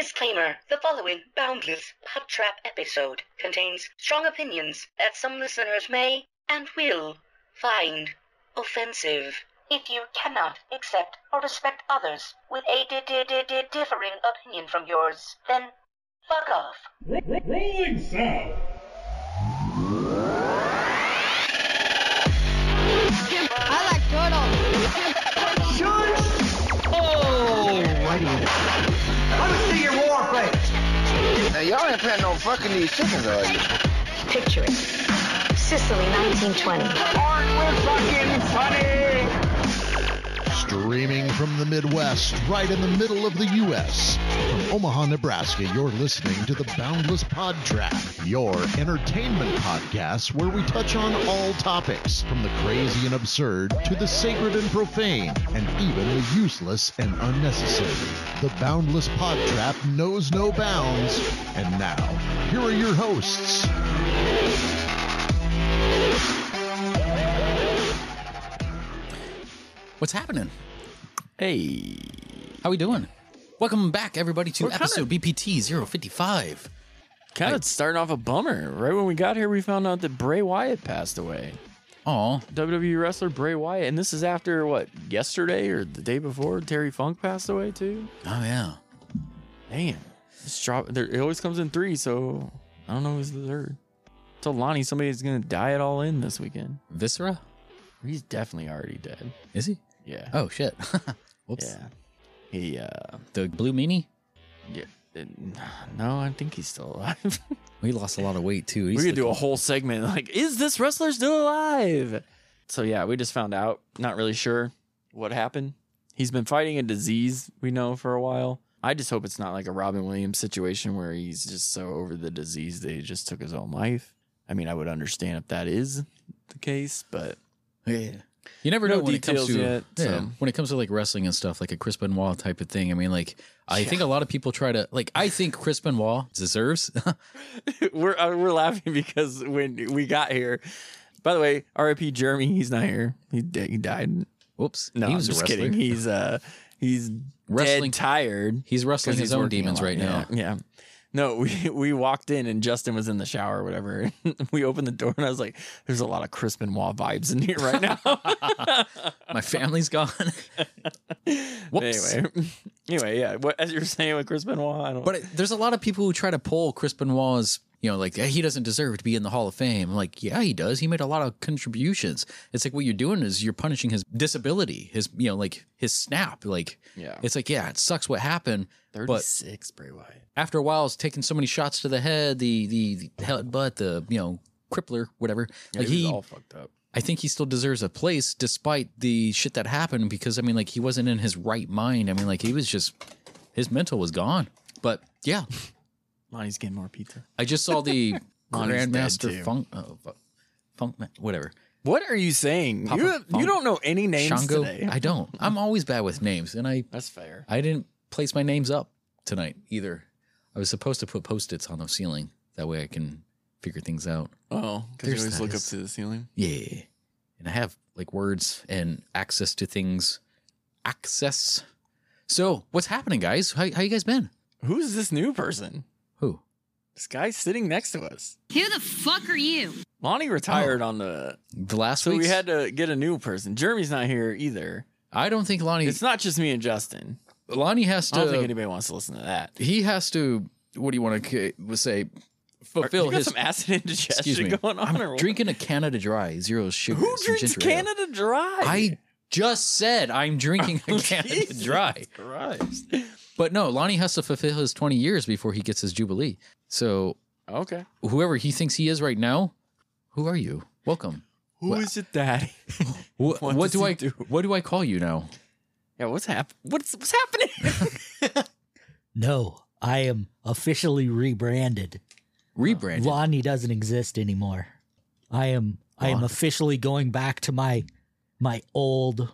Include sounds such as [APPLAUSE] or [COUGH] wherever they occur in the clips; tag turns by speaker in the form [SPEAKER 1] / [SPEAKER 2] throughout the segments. [SPEAKER 1] Disclaimer The following Boundless Pop Trap episode contains strong opinions that some listeners may and will find offensive. If you cannot accept or respect others with a di- di- di- di- differing opinion from yours, then fuck off.
[SPEAKER 2] Ro- ro- rolling south.
[SPEAKER 3] I like turtles.
[SPEAKER 4] Now y'all ain't planning on fucking these chickens, are you?
[SPEAKER 5] Picture it. Sicily, 1920.
[SPEAKER 6] Streaming from the Midwest, right in the middle of the U.S. From Omaha, Nebraska, you're listening to the Boundless Pod Trap, your entertainment podcast where we touch on all topics, from the crazy and absurd to the sacred and profane, and even the useless and unnecessary. The Boundless Pod Trap knows no bounds. And now, here are your hosts.
[SPEAKER 7] What's happening?
[SPEAKER 8] Hey,
[SPEAKER 7] How we doing? Welcome back, everybody, to
[SPEAKER 8] We're kinda-
[SPEAKER 7] episode BPT 055.
[SPEAKER 8] kind of starting off a bummer. Right when we got here, we found out that Bray Wyatt passed away.
[SPEAKER 7] Oh,
[SPEAKER 8] WWE wrestler Bray Wyatt, and this is after what yesterday or the day before Terry Funk passed away too.
[SPEAKER 7] oh yeah.
[SPEAKER 8] Damn, this drop. There, it always comes in three, so I don't know who's the third. Tell Lonnie somebody's gonna die it all in this weekend.
[SPEAKER 7] Viscera?
[SPEAKER 8] He's definitely already dead.
[SPEAKER 7] Is he?
[SPEAKER 8] Yeah.
[SPEAKER 7] Oh shit. [LAUGHS] Whoops.
[SPEAKER 8] yeah. He uh,
[SPEAKER 7] The blue meanie?
[SPEAKER 8] yeah. [SIGHS] No, I think he's still alive. [LAUGHS]
[SPEAKER 7] We lost a lot of weight too.
[SPEAKER 8] we
[SPEAKER 7] He's
[SPEAKER 8] could do a
[SPEAKER 7] looking-
[SPEAKER 8] whole segment like is this wrestler still alive so yeah we just found out not really sure what happened he's been fighting a disease we know for a while i just hope it's not like a robin williams situation where he's just so over the disease that he just took his own life i mean i would understand if that is the case but [LAUGHS]
[SPEAKER 7] Yeah. You never
[SPEAKER 8] No
[SPEAKER 7] know when it comes
[SPEAKER 8] details
[SPEAKER 7] to
[SPEAKER 8] yet,
[SPEAKER 7] yeah,
[SPEAKER 8] so.
[SPEAKER 7] when it comes to like wrestling and stuff, like a Chris Benoit type of thing. I mean, like I think a lot of people try to like. I think Chris Benoit deserves. [LAUGHS]
[SPEAKER 8] we're uh, we're laughing because when we got here by the way rip jeremy he's not here he, di- he died
[SPEAKER 7] Whoops,
[SPEAKER 8] no
[SPEAKER 7] he
[SPEAKER 8] he
[SPEAKER 7] was
[SPEAKER 8] i'm just
[SPEAKER 7] a wrestler.
[SPEAKER 8] kidding he's uh he's
[SPEAKER 7] Wrestling-
[SPEAKER 8] dead tired
[SPEAKER 7] He's wrestling
[SPEAKER 8] 'Cause
[SPEAKER 7] his
[SPEAKER 8] he's
[SPEAKER 7] own
[SPEAKER 8] working a
[SPEAKER 7] demons
[SPEAKER 8] lot.
[SPEAKER 7] right now.
[SPEAKER 8] Yeah. yeah. No, we [LAUGHS] we walked in and Justin was in the shower or whatever. [LAUGHS] we opened the door and I was like, there's a lot of Chris Benoit vibes in here right [LAUGHS] now.
[SPEAKER 7] My family's gone. [LAUGHS] Whoops.
[SPEAKER 8] [LAUGHS] anyway. Anyway, yeah. What, as you're saying with Chris Benoit, I don't
[SPEAKER 7] But it, there's a lot of people who try to pull Chris Benoit's, you know, like "Hey, he doesn't deserve to be in the Hall of Fame. I'm like, yeah, he does. He made a lot of contributions. It's like what you're doing is you're punishing his disability, his, you know, like his snap. Like,
[SPEAKER 8] Yeah.
[SPEAKER 7] it's like, yeah, it sucks what happened. But
[SPEAKER 8] 36 Bray Wyatt.
[SPEAKER 7] after a while, it's taking so many shots to the head, the the, the headbutt, the you know, crippler, whatever.
[SPEAKER 8] Yeah,
[SPEAKER 7] like
[SPEAKER 8] he,
[SPEAKER 7] he,
[SPEAKER 8] was all fucked up.
[SPEAKER 7] I think he still deserves a place despite the shit that happened because I mean like he wasn't in his right mind. I mean like he was just his mental was gone. But yeah,
[SPEAKER 8] Lonnie's getting more pizza.
[SPEAKER 7] I just saw [LAUGHS] the
[SPEAKER 8] Lonnie's dead,
[SPEAKER 7] Grandmaster
[SPEAKER 8] too.
[SPEAKER 7] Funk uh, fu- Funk Man- whatever.
[SPEAKER 8] What are you saying?
[SPEAKER 7] Papa
[SPEAKER 8] you,
[SPEAKER 7] Funk.
[SPEAKER 8] you don't know any names
[SPEAKER 7] Shango.
[SPEAKER 8] today.
[SPEAKER 7] I don't. I'm always bad with names and I
[SPEAKER 8] That's fair.
[SPEAKER 7] I didn't place my names up tonight either. I was supposed to put post-its on the ceiling that way I can figure things out.
[SPEAKER 8] Oh, because you
[SPEAKER 7] There's
[SPEAKER 8] always
[SPEAKER 7] that
[SPEAKER 8] look up
[SPEAKER 7] is-
[SPEAKER 8] to the ceiling.
[SPEAKER 7] Yeah. And I have like words and access to things. Access. So what's happening, guys? How, how you guys been?
[SPEAKER 8] Who's this new person?
[SPEAKER 7] Who?
[SPEAKER 8] This guy sitting next to us.
[SPEAKER 3] Who the fuck are you?
[SPEAKER 8] Lonnie retired on the
[SPEAKER 7] The last
[SPEAKER 8] So
[SPEAKER 7] week.
[SPEAKER 8] we had to get a new person. Jeremy's not here either.
[SPEAKER 7] I don't think Lonnie.
[SPEAKER 8] It's not just me and Justin.
[SPEAKER 7] Lonnie has
[SPEAKER 8] I don't think
[SPEAKER 7] to.
[SPEAKER 8] anybody wants to listen to that.
[SPEAKER 7] He has to. What do you want to say? Fulfill
[SPEAKER 8] you got
[SPEAKER 7] his.
[SPEAKER 8] some acid [LAUGHS]
[SPEAKER 7] excuse
[SPEAKER 8] indigestion
[SPEAKER 7] me.
[SPEAKER 8] going on. or
[SPEAKER 7] I'm
[SPEAKER 8] what?
[SPEAKER 7] drinking a Canada Dry, zero sugar.
[SPEAKER 8] Who
[SPEAKER 7] some
[SPEAKER 8] drinks
[SPEAKER 7] ginger ale.
[SPEAKER 8] Canada Dry? Oh,
[SPEAKER 7] I just said I'm drinking a Canada
[SPEAKER 8] Jesus
[SPEAKER 7] Dry.
[SPEAKER 8] Christ.
[SPEAKER 7] But no, Lonnie has to fulfill his 20 years before he gets his Jubilee. So
[SPEAKER 8] Okay.
[SPEAKER 7] whoever he thinks he is right now, who are you? Welcome.
[SPEAKER 8] Who is it, Daddy? [LAUGHS]
[SPEAKER 7] What,
[SPEAKER 8] What
[SPEAKER 7] what
[SPEAKER 8] does
[SPEAKER 7] do
[SPEAKER 8] he
[SPEAKER 7] I
[SPEAKER 8] do?
[SPEAKER 7] what do I call you now?
[SPEAKER 8] yeah. What's hap- What's what's
[SPEAKER 7] [LAUGHS]
[SPEAKER 8] happening?
[SPEAKER 9] No, I am officially rebranded.
[SPEAKER 7] Rebranded.
[SPEAKER 9] Lonnie doesn't exist anymore. I am I am
[SPEAKER 7] Lonnie.
[SPEAKER 9] officially going back to my my old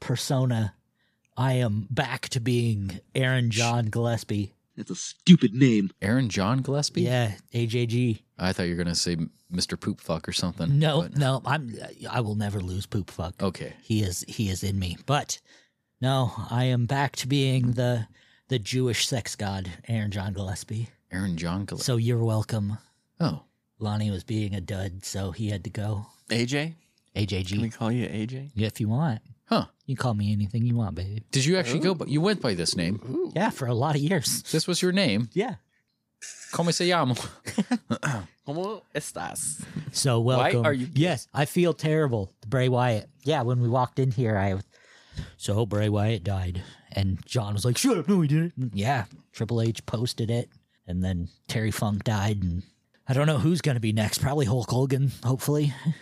[SPEAKER 9] persona. I am back to being Aaron John Gillespie.
[SPEAKER 7] Aaron John Gillespie.
[SPEAKER 9] Yeah, AJG.
[SPEAKER 7] I thought you were gonna say Mr. Poop Fuck or
[SPEAKER 8] Mm-hmm.
[SPEAKER 7] something.
[SPEAKER 9] No,
[SPEAKER 7] but-
[SPEAKER 9] no, I'm I will never lose poop fuck.
[SPEAKER 7] Oh. Okay.
[SPEAKER 9] He is he is in me. But no, I am back to being the the Jewish sex god, Aaron John Gillespie.
[SPEAKER 7] Aaron John Gillespie.
[SPEAKER 9] So you're welcome.
[SPEAKER 7] oh,
[SPEAKER 9] Lonnie was being a dud, so he had to go.
[SPEAKER 8] AJ? Can we
[SPEAKER 9] AJG.
[SPEAKER 8] call you AJ?
[SPEAKER 9] Yeah, if you want.
[SPEAKER 7] huh.
[SPEAKER 9] You call me anything you want, baby.
[SPEAKER 7] Did you actually go? But you went by this name.
[SPEAKER 9] Yeah, for a lot of years.
[SPEAKER 7] This was your name.
[SPEAKER 9] Yeah.
[SPEAKER 7] Como se llama?
[SPEAKER 8] ¿Cómo estás?
[SPEAKER 9] So welcome.
[SPEAKER 8] are you-
[SPEAKER 9] Yes, I feel terrible. Bray Wyatt. Yeah, when we walked in here, I. was- So Bray Wyatt died, and John was like, "Shut up! No, he didn't." And Yeah, Triple H posted it, and then Terry Funk died, and I don't know who's going to be next. Probably Hulk Hogan, hopefully.
[SPEAKER 7] [LAUGHS]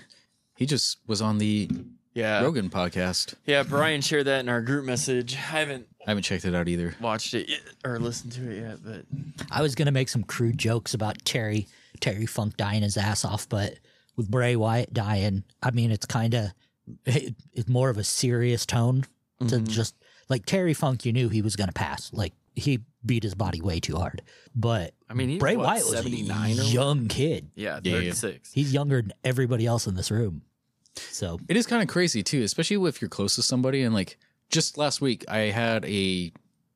[SPEAKER 7] He just was on the
[SPEAKER 8] Yeah.
[SPEAKER 7] Rogan podcast.
[SPEAKER 8] Yeah, Brian shared that in our group message. I haven't
[SPEAKER 7] I haven't checked it out either.
[SPEAKER 8] watched it yet, or listened to it yet, but
[SPEAKER 9] I was going to make some crude jokes about Terry Terry Funk dying his ass off, but with Bray Wyatt dying, I mean, it's kind of it, it's more of a serious tone to
[SPEAKER 8] Mm-hmm.
[SPEAKER 9] just like Terry Funk. You knew he was going to pass. Like he beat his body way too hard. But
[SPEAKER 8] I mean, he's
[SPEAKER 9] Bray
[SPEAKER 8] what,
[SPEAKER 9] Wyatt was
[SPEAKER 8] 79
[SPEAKER 9] a
[SPEAKER 8] or
[SPEAKER 9] young kid.
[SPEAKER 8] yeah,
[SPEAKER 7] Yeah, yeah.
[SPEAKER 8] 36.
[SPEAKER 9] He's younger than everybody else in this room. So
[SPEAKER 7] It is kind of crazy too, especially if you're close to somebody. And like just last week, I had a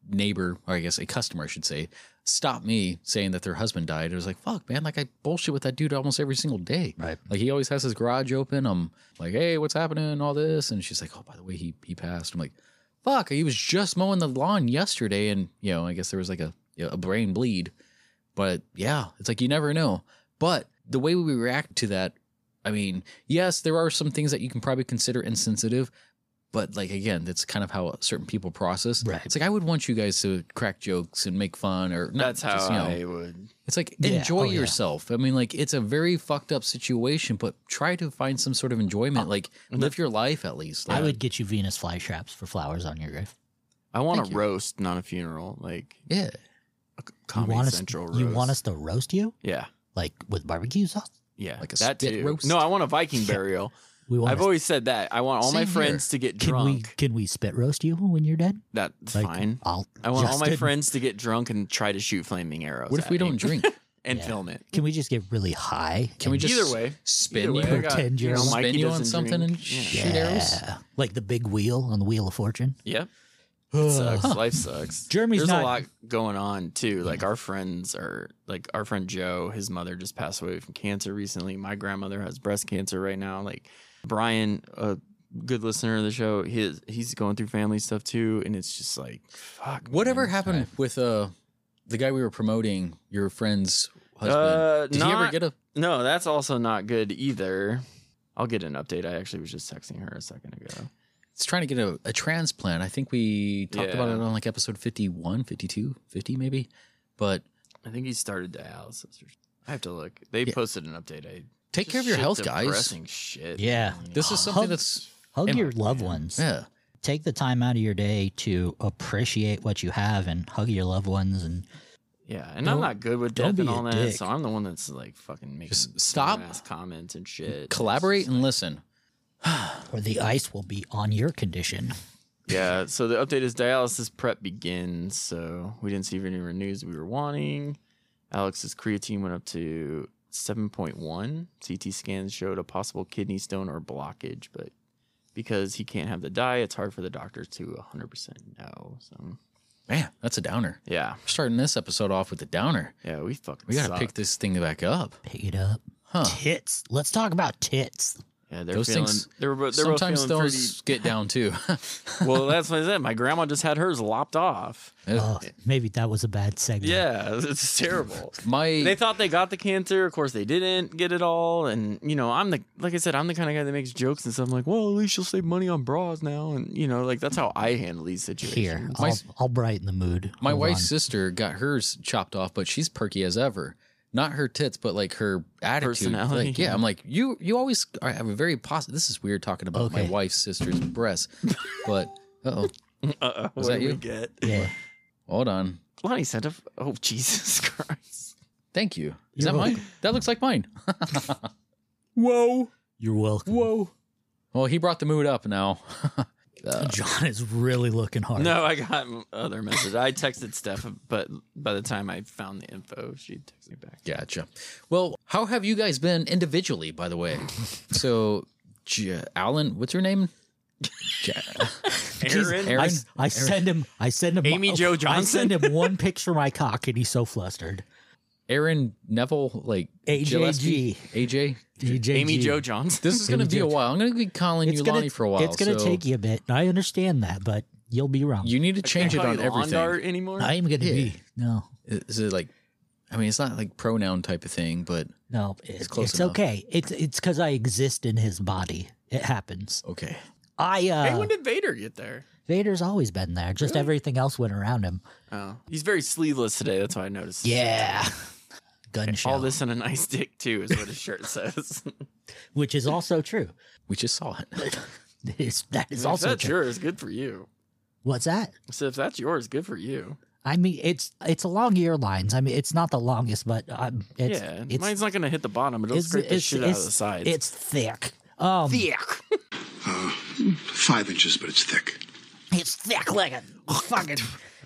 [SPEAKER 7] neighbor, or I guess a customer, I should say, stop me saying that their husband died. It was like, fuck, man, like I bullshit with that dude almost every single day.
[SPEAKER 9] Right.
[SPEAKER 7] Like he always has his garage open. I'm like, hey, what's happening? and All this. And she's like, oh, by the way, he, he passed. I'm like, fuck, he was just mowing the lawn yesterday. And, you know, I guess there was like a, a brain bleed. But yeah, it's like you never know. But the way we react to that, I mean, yes, there are some things that you can probably consider insensitive, but like again, that's kind of how certain people process.
[SPEAKER 9] Right.
[SPEAKER 7] It's like I would want you guys to crack jokes and make fun, or not
[SPEAKER 8] That's how
[SPEAKER 7] just, you know,
[SPEAKER 8] I would.
[SPEAKER 7] it's like
[SPEAKER 9] Yeah.
[SPEAKER 7] enjoy
[SPEAKER 9] Oh, yeah.
[SPEAKER 7] yourself. I mean, like it's a very fucked up situation, but try to find some sort of enjoyment. Like
[SPEAKER 8] Mm-hmm.
[SPEAKER 7] live your life at least.
[SPEAKER 9] I
[SPEAKER 7] Like,
[SPEAKER 9] would get you Venus flytraps for flowers on your grave.
[SPEAKER 8] I want
[SPEAKER 7] Thank
[SPEAKER 8] a
[SPEAKER 7] you.
[SPEAKER 8] roast, not a funeral. Like
[SPEAKER 7] Yeah.
[SPEAKER 8] a c- Comedy
[SPEAKER 9] you want
[SPEAKER 8] Central
[SPEAKER 9] us?
[SPEAKER 8] roast.
[SPEAKER 9] You want us to roast you
[SPEAKER 8] Yeah,
[SPEAKER 9] like with barbecue sauce?
[SPEAKER 8] yeah.
[SPEAKER 7] Like a
[SPEAKER 8] that
[SPEAKER 7] spit
[SPEAKER 8] too.
[SPEAKER 7] roast?
[SPEAKER 8] No, I want a
[SPEAKER 7] [LAUGHS]
[SPEAKER 8] Viking
[SPEAKER 9] Yeah.
[SPEAKER 8] burial.
[SPEAKER 9] We want.
[SPEAKER 8] I've
[SPEAKER 9] us-
[SPEAKER 8] always said that. I want all my
[SPEAKER 7] Same
[SPEAKER 8] friends to get
[SPEAKER 9] can we
[SPEAKER 8] drunk.
[SPEAKER 9] can we spit roast you when you're dead?
[SPEAKER 8] That's
[SPEAKER 9] Like,
[SPEAKER 8] fine.
[SPEAKER 9] I'll.
[SPEAKER 8] I want all my
[SPEAKER 9] Justin,
[SPEAKER 8] friends to get drunk and try to shoot flaming arrows.
[SPEAKER 7] What if
[SPEAKER 8] at
[SPEAKER 7] we
[SPEAKER 8] me
[SPEAKER 7] don't drink?
[SPEAKER 8] and
[SPEAKER 9] Yeah.
[SPEAKER 8] film it?
[SPEAKER 9] Can we just get really high?
[SPEAKER 7] Can we
[SPEAKER 9] and-
[SPEAKER 7] just
[SPEAKER 8] [LAUGHS] Either way,
[SPEAKER 7] spin
[SPEAKER 8] either way,
[SPEAKER 7] you? [LAUGHS]
[SPEAKER 8] I got-
[SPEAKER 9] Pretend
[SPEAKER 8] you
[SPEAKER 9] you're-
[SPEAKER 8] know,
[SPEAKER 7] spin
[SPEAKER 8] Mikey
[SPEAKER 7] you on
[SPEAKER 8] doesn't
[SPEAKER 7] something
[SPEAKER 8] drink.
[SPEAKER 7] and
[SPEAKER 8] yeah.
[SPEAKER 7] shoot arrows?
[SPEAKER 9] Yeah. Like the big wheel on the Wheel of Fortune.
[SPEAKER 8] Yep.
[SPEAKER 9] Ugh.
[SPEAKER 8] sucks. Life [LAUGHS] sucks.
[SPEAKER 9] Jeremy's
[SPEAKER 8] There's
[SPEAKER 9] not-
[SPEAKER 8] a lot going on too. Like our friends are like our friend Joe, his mother just passed away from cancer recently. My grandmother has breast cancer right now. Like Brian, a good listener of the show, his he's going through family stuff too, and it's just like fuck.
[SPEAKER 7] Whatever
[SPEAKER 8] man.
[SPEAKER 7] happened with uh the guy we were promoting, your friend's husband?
[SPEAKER 8] Uh,
[SPEAKER 7] Did he ever
[SPEAKER 8] not-
[SPEAKER 7] get a?
[SPEAKER 8] No, that's also not good either. I'll get an update. I actually was just texting her a second ago.
[SPEAKER 7] It's trying to get a, a transplant. I think we talked about
[SPEAKER 8] Yeah.
[SPEAKER 7] it on like episode 51, 52, 50 maybe. But
[SPEAKER 8] I think he started dialysis. Or, I have to look. They
[SPEAKER 7] Yeah.
[SPEAKER 8] posted an update. I
[SPEAKER 7] take
[SPEAKER 8] Just
[SPEAKER 7] care of your
[SPEAKER 8] shit,
[SPEAKER 7] health, guys.
[SPEAKER 8] depressing Shit.
[SPEAKER 9] Yeah.
[SPEAKER 7] This is something that's
[SPEAKER 9] Hug
[SPEAKER 7] Am
[SPEAKER 9] your
[SPEAKER 7] I-
[SPEAKER 9] loved ones.
[SPEAKER 7] yeah.
[SPEAKER 9] Take the time out of your day to appreciate what you have and hug your loved ones. And
[SPEAKER 8] Yeah, and I'm
[SPEAKER 9] Don't-
[SPEAKER 8] not good with
[SPEAKER 9] don't
[SPEAKER 8] death
[SPEAKER 9] be
[SPEAKER 8] and
[SPEAKER 9] a
[SPEAKER 8] all that,
[SPEAKER 9] dick.
[SPEAKER 8] so I'm the one that's like fucking making
[SPEAKER 7] Just stop.
[SPEAKER 8] ass comments and shit.
[SPEAKER 7] Collaborate and listen.
[SPEAKER 9] or the ice will be on your condition.
[SPEAKER 8] Yeah. So the update is dialysis prep begins. So we didn't see any news we were wanting. Alex's creatine went up to 7.1. CT scans showed a possible kidney stone or blockage, but because he can't have the dye, it's hard for the doctor to 100% know. So
[SPEAKER 7] Man, that's a downer.
[SPEAKER 8] yeah,
[SPEAKER 7] We're starting this episode off with a downer.
[SPEAKER 8] yeah, we fucking
[SPEAKER 7] We got to
[SPEAKER 8] suck.
[SPEAKER 7] pick this thing back up.
[SPEAKER 9] Pick it up.
[SPEAKER 7] Huh.
[SPEAKER 9] Tits. Let's talk about tits.
[SPEAKER 8] Yeah, they're
[SPEAKER 7] Those
[SPEAKER 8] feeling,
[SPEAKER 7] things-
[SPEAKER 8] They're, bo- they're both
[SPEAKER 7] Sometimes
[SPEAKER 8] feeling
[SPEAKER 7] those
[SPEAKER 8] pretty-
[SPEAKER 7] get down too.
[SPEAKER 8] [LAUGHS] well, that's what I said. My grandma just had hers lopped off.
[SPEAKER 9] Oh, maybe that was a bad segment.
[SPEAKER 8] Yeah, [LAUGHS] it's terrible. they
[SPEAKER 7] My
[SPEAKER 8] thought they got the cancer. Of course, they didn't get it all. And you know, I'm the like I said, I'm the kind of guy that makes jokes and stuff. I'm like, well, at least you'll save money on bras now. And you know, like that's how I handle these situations. [LAUGHS]
[SPEAKER 9] Here,
[SPEAKER 7] My
[SPEAKER 9] I'll,
[SPEAKER 7] s-
[SPEAKER 9] I'll brighten the mood.
[SPEAKER 7] my
[SPEAKER 9] Hold
[SPEAKER 7] wife's
[SPEAKER 9] on.
[SPEAKER 7] sister got hers chopped off, but she's perky as ever. Not her tits, but like her attitude.
[SPEAKER 8] Personality.
[SPEAKER 7] Like, yeah, I'm like you. You always are- have a very positive. This is weird talking about my
[SPEAKER 9] Okay.
[SPEAKER 7] wife's sister's [LAUGHS] breasts, but oh,
[SPEAKER 8] Uh,
[SPEAKER 7] Was
[SPEAKER 8] what
[SPEAKER 7] that
[SPEAKER 8] do we
[SPEAKER 7] you?
[SPEAKER 8] get?
[SPEAKER 9] Yeah.
[SPEAKER 7] hold on.
[SPEAKER 8] Lonnie sent a. f- Oh [LAUGHS] Jesus Christ!
[SPEAKER 7] Thank you. Is
[SPEAKER 9] You're
[SPEAKER 7] that mine?
[SPEAKER 9] welcome.
[SPEAKER 7] That looks like mine. [LAUGHS]
[SPEAKER 8] Whoa!
[SPEAKER 9] You're welcome.
[SPEAKER 8] Whoa!
[SPEAKER 7] Well, he brought the mood up now. [LAUGHS] Uh,
[SPEAKER 9] John is really looking hard.
[SPEAKER 8] No, I got other message. I texted Steph, but by the time I found the info, she texted me back.
[SPEAKER 7] Gotcha. Well, how have
[SPEAKER 9] [LAUGHS]
[SPEAKER 7] you guys been individually, by the way? so, J- Alan, what's your name?
[SPEAKER 8] [LAUGHS]
[SPEAKER 7] Ja-
[SPEAKER 8] Aaron?
[SPEAKER 7] Aaron?
[SPEAKER 9] I, s- I send him. I send him.
[SPEAKER 8] Amy Jo
[SPEAKER 9] I
[SPEAKER 8] Johnson?
[SPEAKER 9] send him one picture of my cock, and he's so flustered.
[SPEAKER 7] Aaron Neville, like
[SPEAKER 9] AJG.
[SPEAKER 7] Gillespie? AJ.
[SPEAKER 9] DJG.
[SPEAKER 8] Amy Jo Johnson.
[SPEAKER 7] This is going to be a while. I'm going to be calling
[SPEAKER 9] It's
[SPEAKER 7] you
[SPEAKER 9] gonna
[SPEAKER 7] Lonnie for a while.
[SPEAKER 9] It's gonna
[SPEAKER 7] so
[SPEAKER 9] take you a bit. I understand that, but you'll be wrong.
[SPEAKER 7] You need to change it on everything.
[SPEAKER 8] Londart anymore.
[SPEAKER 9] I am gonna be no,
[SPEAKER 7] Is it like? I mean, it's not like pronoun type of thing, but
[SPEAKER 9] no. It's,
[SPEAKER 7] close
[SPEAKER 9] it's
[SPEAKER 7] enough.
[SPEAKER 9] okay. It's it's because I exist in his body. It happens.
[SPEAKER 7] okay.
[SPEAKER 9] I uh,
[SPEAKER 8] hey, when did Vader get there?
[SPEAKER 9] Vader's always been there. Just everything else went around him.
[SPEAKER 8] Oh, he's very sleeveless today. That's what I noticed.
[SPEAKER 9] Yeah. Gun show.
[SPEAKER 8] All this and a nice dick too is what his shirt says.
[SPEAKER 9] [LAUGHS] Which is also true. [LAUGHS]
[SPEAKER 7] We just saw it. [LAUGHS]
[SPEAKER 9] It is- that is
[SPEAKER 8] If
[SPEAKER 9] also
[SPEAKER 8] that's
[SPEAKER 9] true.
[SPEAKER 8] yours, good for you.
[SPEAKER 9] What's that?
[SPEAKER 8] So if that's yours, good for you.
[SPEAKER 9] I mean, it's it's along your lines. I mean, it's not the longest, but um, it's
[SPEAKER 8] yeah,
[SPEAKER 9] it's,
[SPEAKER 8] mine's not gonna hit the bottom. It'll
[SPEAKER 9] it's,
[SPEAKER 8] scrape the
[SPEAKER 9] it's-
[SPEAKER 8] shit out of
[SPEAKER 9] it's-
[SPEAKER 8] the sides.
[SPEAKER 9] It's thick. Um,
[SPEAKER 8] thick.
[SPEAKER 10] Uh, Five inches, but it's thick.
[SPEAKER 9] It's thick like a fucking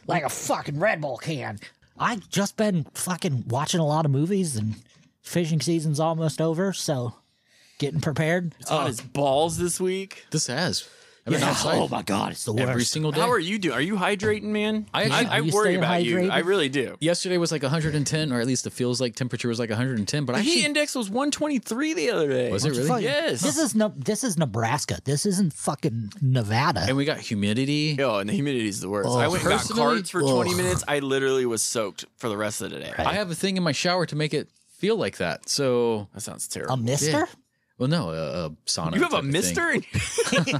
[SPEAKER 9] like a fucking Red Bull can. I just been fucking watching a lot of movies and fishing season's almost over, so getting prepared.
[SPEAKER 8] It's on his balls this week.
[SPEAKER 7] this has. I've been
[SPEAKER 9] Yeah,
[SPEAKER 7] outside
[SPEAKER 9] Oh my god, it's the worst.
[SPEAKER 7] every single day.
[SPEAKER 8] How are you doing? Are you hydrating, man? I
[SPEAKER 7] actually-
[SPEAKER 8] I,
[SPEAKER 9] You
[SPEAKER 8] worry
[SPEAKER 9] staying
[SPEAKER 8] about you.
[SPEAKER 9] hydrated?
[SPEAKER 8] I really do.
[SPEAKER 7] Yesterday was like 110, or at least the feels like temperature was like 110. But I
[SPEAKER 8] The heat
[SPEAKER 7] actually,
[SPEAKER 8] index was 123 the other day.
[SPEAKER 7] was it
[SPEAKER 9] Fuck,
[SPEAKER 7] really?
[SPEAKER 8] Yes.
[SPEAKER 9] This is no, this is Nebraska. This isn't fucking Nevada.
[SPEAKER 7] And we got humidity.
[SPEAKER 8] Yo, and the humidity is the worst. I went and got
[SPEAKER 7] Personally,
[SPEAKER 8] cards for 20
[SPEAKER 7] ugh.
[SPEAKER 8] minutes. I literally was soaked for the rest of the day.
[SPEAKER 7] I have a thing in my shower to make it feel like that. So,
[SPEAKER 8] That sounds terrible.
[SPEAKER 9] a mister?
[SPEAKER 7] well, no, a, a sauna.
[SPEAKER 8] you have
[SPEAKER 7] type
[SPEAKER 8] a
[SPEAKER 7] of thing.
[SPEAKER 8] mister? in-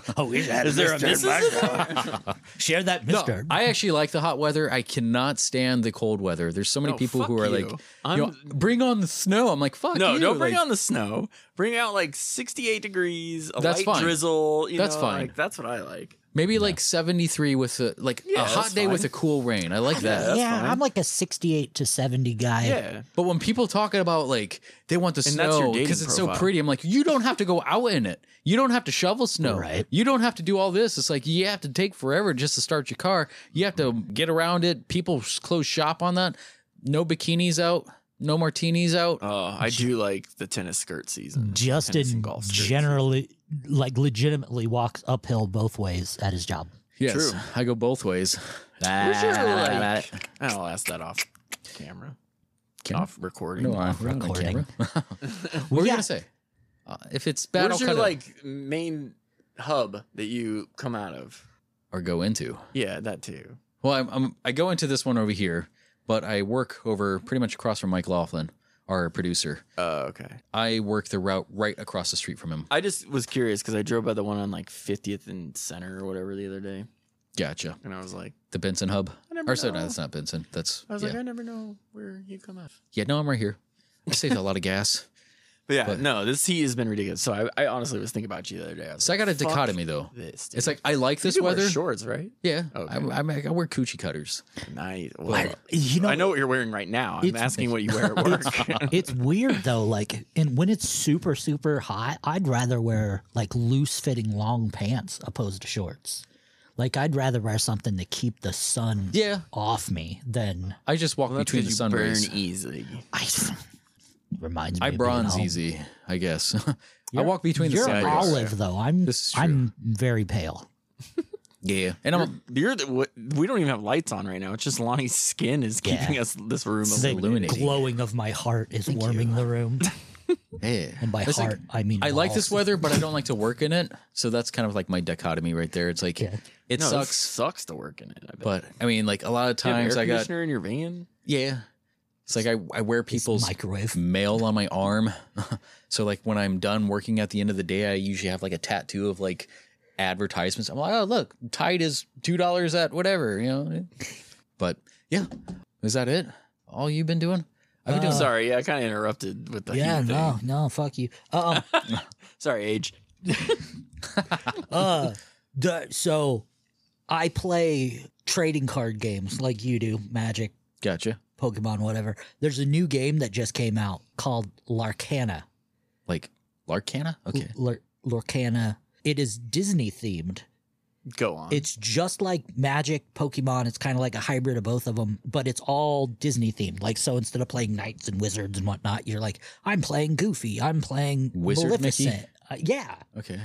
[SPEAKER 7] [LAUGHS]
[SPEAKER 9] Oh, is that
[SPEAKER 8] Is there a mister?
[SPEAKER 9] Share that mister.
[SPEAKER 7] I actually like the hot weather. I cannot stand the cold weather. There's so many
[SPEAKER 8] No,
[SPEAKER 7] people who
[SPEAKER 8] fuck
[SPEAKER 7] are
[SPEAKER 8] you.
[SPEAKER 7] like,
[SPEAKER 8] I'm-
[SPEAKER 7] "Yo, bring on the snow. I'm like, fuck
[SPEAKER 8] No,
[SPEAKER 7] you.
[SPEAKER 8] don't bring
[SPEAKER 7] like,
[SPEAKER 8] on the snow. Bring out like 68 degrees, a
[SPEAKER 7] That's
[SPEAKER 8] light
[SPEAKER 7] fine.
[SPEAKER 8] drizzle. You
[SPEAKER 7] That's
[SPEAKER 8] know,
[SPEAKER 7] fine.
[SPEAKER 8] Like, that's what I like.
[SPEAKER 7] Maybe like 73 with a, like
[SPEAKER 8] Yeah,
[SPEAKER 7] a hot
[SPEAKER 8] that's
[SPEAKER 7] day with
[SPEAKER 8] fine.
[SPEAKER 7] a cool rain. I like that.
[SPEAKER 9] yeah,
[SPEAKER 8] fine.
[SPEAKER 9] I'm like a 68 to 70 guy.
[SPEAKER 8] Yeah.
[SPEAKER 7] But when people talking about like they want the
[SPEAKER 8] And that's your
[SPEAKER 7] snow
[SPEAKER 8] dating
[SPEAKER 7] because it's
[SPEAKER 8] profile.
[SPEAKER 7] so pretty, I'm like, you don't have to go out in it. You don't have to shovel snow.
[SPEAKER 9] Right.
[SPEAKER 7] You don't have to do all this. It's like you have to take forever just to start your car. You have to get around it. People s- close shop on that. No bikinis out. No martinis out.
[SPEAKER 8] Oh, I do like the tennis skirt season. Tennis
[SPEAKER 9] Justin
[SPEAKER 8] and golf skirt.
[SPEAKER 9] generally, like, legitimately walks uphill both ways at his
[SPEAKER 7] [LAUGHS]
[SPEAKER 9] job.
[SPEAKER 7] yes,
[SPEAKER 8] true.
[SPEAKER 7] I go both
[SPEAKER 8] [LAUGHS]
[SPEAKER 7] ways. Ah,
[SPEAKER 8] Where's your, like- I'll ask that off camera.
[SPEAKER 7] Camera?
[SPEAKER 8] Off recording.
[SPEAKER 7] No, I'm
[SPEAKER 9] recording.
[SPEAKER 7] recording. [LAUGHS] what were you gonna say? Uh, if it's bad,
[SPEAKER 8] Where's
[SPEAKER 7] I'll
[SPEAKER 8] your
[SPEAKER 7] cut it
[SPEAKER 8] like main hub that you come out of?
[SPEAKER 7] or go into.
[SPEAKER 8] Yeah, that too.
[SPEAKER 7] Well, I'm, I'm, I go into this one over here, but I work over pretty much across from Mike Laughlin, our producer.
[SPEAKER 8] Oh, okay.
[SPEAKER 7] I work the route right across the street from him.
[SPEAKER 8] I just was curious because I drove by the one on like 50th and Center or whatever the other day,
[SPEAKER 7] Gotcha.
[SPEAKER 8] and I was like,
[SPEAKER 7] The Benson Hub.
[SPEAKER 8] I never
[SPEAKER 7] Or so, no,
[SPEAKER 8] know.
[SPEAKER 7] that's not Benson. That's
[SPEAKER 8] I was
[SPEAKER 7] yeah.
[SPEAKER 8] like, I never know where you come out.
[SPEAKER 7] yeah. No, I'm right here. I saved a lot of gas. [LAUGHS]
[SPEAKER 8] But yeah,
[SPEAKER 7] But-
[SPEAKER 8] no, this heat has been ridiculous. So I, I honestly was thinking about you the other day. I was
[SPEAKER 7] So I
[SPEAKER 8] like,
[SPEAKER 7] got a
[SPEAKER 8] "Fuck
[SPEAKER 7] dichotomy though.
[SPEAKER 8] This dude."
[SPEAKER 7] It's like I like
[SPEAKER 8] You
[SPEAKER 7] this
[SPEAKER 8] do wear
[SPEAKER 7] weather.
[SPEAKER 8] shorts, right?
[SPEAKER 7] Yeah.
[SPEAKER 8] Oh, Okay.
[SPEAKER 7] I'm, I'm, I wear coochie cutters.
[SPEAKER 8] Nice.
[SPEAKER 9] I,
[SPEAKER 8] Well,
[SPEAKER 9] you know,
[SPEAKER 8] I know what you're wearing right now. I'm
[SPEAKER 9] It's-
[SPEAKER 8] asking what
[SPEAKER 7] [LAUGHS]
[SPEAKER 8] you wear at work.
[SPEAKER 9] it's weird though. Like, and when it's super, super hot, I'd rather wear like loose fitting long pants opposed to shorts. Like, I'd rather wear something to keep the sun
[SPEAKER 7] Yeah.
[SPEAKER 9] off me than
[SPEAKER 7] I just walk
[SPEAKER 8] That's
[SPEAKER 7] between the
[SPEAKER 8] 'cause
[SPEAKER 7] sun
[SPEAKER 8] you burn
[SPEAKER 7] rays.
[SPEAKER 8] easily.
[SPEAKER 9] I. Reminds me.
[SPEAKER 7] I
[SPEAKER 9] of being
[SPEAKER 7] bronze
[SPEAKER 9] home.
[SPEAKER 7] easy, I guess. [LAUGHS] I
[SPEAKER 9] You're-
[SPEAKER 7] walk between the
[SPEAKER 9] You're
[SPEAKER 7] sun rays.
[SPEAKER 9] olive though. I'm.
[SPEAKER 7] This is true.
[SPEAKER 9] I'm very pale.
[SPEAKER 7] Yeah. And I'm a-
[SPEAKER 8] You're the, what, we don't even have lights on right now. It's just Lonnie's skin is
[SPEAKER 9] Yeah.
[SPEAKER 8] keeping us this room
[SPEAKER 9] the
[SPEAKER 8] illuminated.
[SPEAKER 7] illuminating.
[SPEAKER 9] glowing of my heart is warming the room.
[SPEAKER 7] yeah.
[SPEAKER 9] And by
[SPEAKER 7] It's like-
[SPEAKER 9] heart, I mean
[SPEAKER 7] I like this
[SPEAKER 9] walls.
[SPEAKER 7] weather, but I don't like to work in it. So that's kind of like my dichotomy right there. It's like
[SPEAKER 9] Yeah.
[SPEAKER 7] it
[SPEAKER 8] No,
[SPEAKER 7] sucks,
[SPEAKER 8] Sucks to work in it. I bet.
[SPEAKER 7] but I mean, like a lot of
[SPEAKER 8] Do you have
[SPEAKER 7] times
[SPEAKER 8] air
[SPEAKER 7] I got
[SPEAKER 8] conditioner in your van.
[SPEAKER 7] yeah. It's like I, I wear people's [LAUGHS]
[SPEAKER 9] microwave.
[SPEAKER 7] mail on my arm. [LAUGHS] so like when I'm done working at the end of the day, I usually have like a tattoo of like advertisements. I'm like, oh look, Tide is two dollars at whatever, you know. But yeah, is that it? All you've been doing? I've been doing
[SPEAKER 8] Sorry, yeah, I kind of interrupted with the
[SPEAKER 9] Yeah,
[SPEAKER 8] heat thing.
[SPEAKER 9] no, no, fuck you. Um,
[SPEAKER 8] Sorry, age.
[SPEAKER 9] uh, the, so I play trading card games like you do, Magic,
[SPEAKER 7] Gotcha.
[SPEAKER 9] Pokemon, whatever. There's a new game that just came out called Larkana.
[SPEAKER 7] Like Larkana. Okay.
[SPEAKER 9] Lar- Larkana. It is Disney themed.
[SPEAKER 8] Go on.
[SPEAKER 9] It's just like Magic, Pokemon. It's kind of like a hybrid of both of them, but it's all Disney themed. Like, so instead of playing knights and wizards and whatnot, you're like, I'm playing Goofy. I'm playing
[SPEAKER 7] Wizard Mickey?
[SPEAKER 9] Maleficent. Uh, yeah.
[SPEAKER 7] Okay.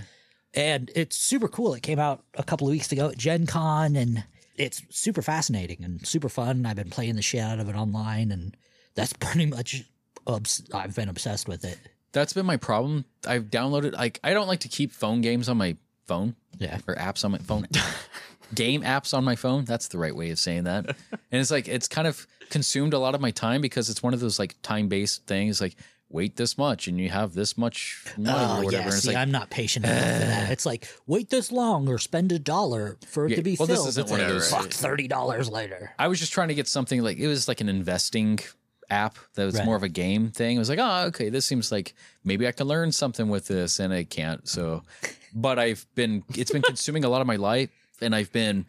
[SPEAKER 9] And it's super cool. It came out a couple of weeks ago at Gen Con and it's super fascinating and super fun. I've been playing the shit out of it online and that's [LAUGHS] pretty much obs- I've been obsessed with it.
[SPEAKER 7] That's been my problem. I've downloaded like I don't like to keep phone games on my phone.
[SPEAKER 9] Yeah.
[SPEAKER 7] Or apps on my
[SPEAKER 9] [LAUGHS]
[SPEAKER 7] phone. Game apps on my phone. That's the right way of saying
[SPEAKER 9] [LAUGHS]
[SPEAKER 7] that. And it's like it's kind of consumed a lot of my time because it's one of those like time based things like wait this much and you have this much money
[SPEAKER 9] Oh
[SPEAKER 7] or whatever.
[SPEAKER 9] yeah,
[SPEAKER 7] and it's
[SPEAKER 9] see,
[SPEAKER 7] like "Eh."
[SPEAKER 9] I'm not patient enough for that. It's like wait this long or spend a dollar for it
[SPEAKER 7] Yeah,
[SPEAKER 9] to be
[SPEAKER 7] well, this
[SPEAKER 9] filled.
[SPEAKER 7] isn't
[SPEAKER 9] It's
[SPEAKER 7] one
[SPEAKER 9] like,
[SPEAKER 7] of those-
[SPEAKER 9] Fuck thirty dollars later.
[SPEAKER 7] I was just trying to get something like it was like an investing app that was
[SPEAKER 9] Right.
[SPEAKER 7] more of a game thing. It was like, oh, okay, this seems like maybe I can learn something with this, and I can't.
[SPEAKER 8] [LAUGHS]
[SPEAKER 7] So, but I've been it's been consuming a lot of my life, and I've been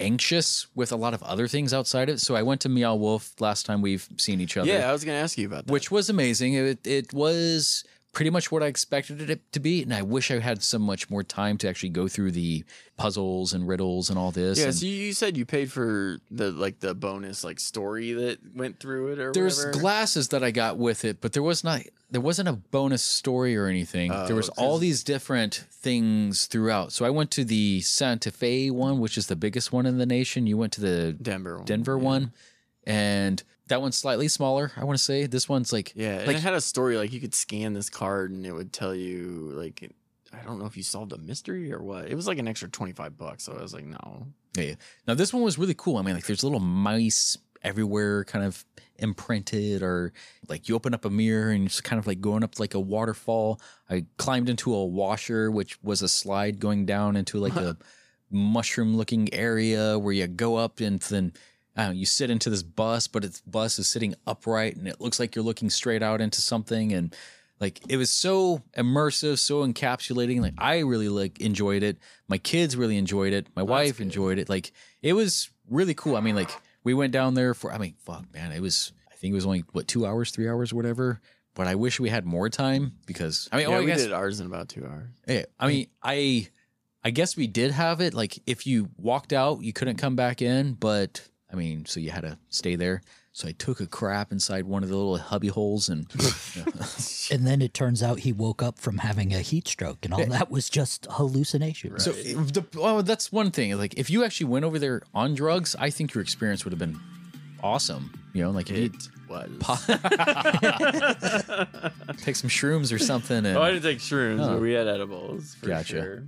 [SPEAKER 7] anxious with a lot of other things outside of it. So I went to Meow Wolf last time we've seen each other
[SPEAKER 8] Yeah, I was gonna ask you about that.
[SPEAKER 7] which was amazing. It, it was pretty much what I expected it to be, and I wish I had so much more time to actually go through the puzzles and riddles and all this.
[SPEAKER 8] yeah,
[SPEAKER 7] and
[SPEAKER 8] so you- you said you paid for the like the bonus like story that went through it or
[SPEAKER 7] there's
[SPEAKER 8] whatever.
[SPEAKER 7] glasses that I got with it, but there was not there wasn't a bonus story or anything. there was
[SPEAKER 8] Oh,
[SPEAKER 7] all these different things throughout. So I went to the Santa Fe one, which is the biggest one in the nation. You went to the
[SPEAKER 8] Denver one.
[SPEAKER 7] Denver
[SPEAKER 8] yeah.
[SPEAKER 7] one, and that one's slightly smaller. I want to say this one's like
[SPEAKER 8] Yeah, and
[SPEAKER 7] like
[SPEAKER 8] it had a story like you could scan this card and it would tell you like I don't know if you solved a mystery or what. It was like an extra twenty five bucks, so I was like, no.
[SPEAKER 7] Yeah, yeah. Now this one was really cool. I mean, like there's little mice everywhere, kind of imprinted, or like you open up a mirror and it's kind of like going up like a waterfall. I climbed into a washer, which was a slide going down into like a mushroom-looking area where you go up and then. I don't know, you sit into this bus, but its bus is sitting upright, and it looks like you're looking straight out into something. And like it was so immersive, so encapsulating. Like I really like enjoyed it. My kids really enjoyed it. My wife enjoyed it. Like it was really cool. I mean, like we went down there for I mean, fuck man, it was I think it was only what two hours, three hours, whatever. But I wish we had more time because I mean,
[SPEAKER 8] yeah,
[SPEAKER 7] oh, I
[SPEAKER 8] we
[SPEAKER 7] guess
[SPEAKER 8] did ours in about two hours.
[SPEAKER 7] yeah, I mean, I I guess we did have it. Like if you walked out, you couldn't come back in, but I mean, so you had to stay there. So I took a crap inside one of the little hubby holes
[SPEAKER 8] [LAUGHS]
[SPEAKER 7] and
[SPEAKER 9] And then it turns out he woke up from having a heat stroke, and all that was just hallucinations.
[SPEAKER 7] So the, oh, that's one thing. Like if you actually went over there on drugs, I think your experience would have been awesome. You know, like if you
[SPEAKER 8] was.
[SPEAKER 7] take some shrooms or something,
[SPEAKER 8] [LAUGHS] Oh, I
[SPEAKER 7] and
[SPEAKER 8] didn't take shrooms,
[SPEAKER 7] Huh.
[SPEAKER 8] but we had edibles for
[SPEAKER 7] Gotcha.
[SPEAKER 8] sure.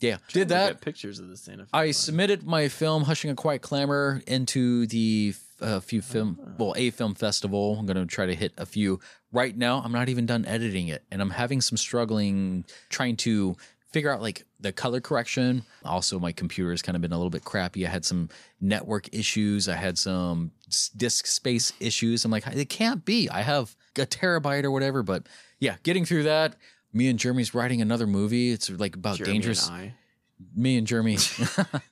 [SPEAKER 7] yeah,
[SPEAKER 8] We
[SPEAKER 7] did that.
[SPEAKER 8] got pictures of the Santa Fe.
[SPEAKER 7] I
[SPEAKER 8] one.
[SPEAKER 7] submitted my film "Hushing a Quiet Clamor" into the uh, few
[SPEAKER 8] Ah.
[SPEAKER 7] film, well, a film festival. I'm going to try to hit a few. Right now, I'm not even done editing it, and I'm having some struggling trying to figure out like the color correction. Also, my computer has kind of been a little bit crappy. I had some network issues. I had some s- disk space issues. I'm like, it can't be. I have a terabyte or whatever. But yeah, getting through that. Me and Jeremy's writing another movie. It's like about
[SPEAKER 8] Jeremy and
[SPEAKER 7] dangerous
[SPEAKER 8] I.
[SPEAKER 7] me and Jeremy.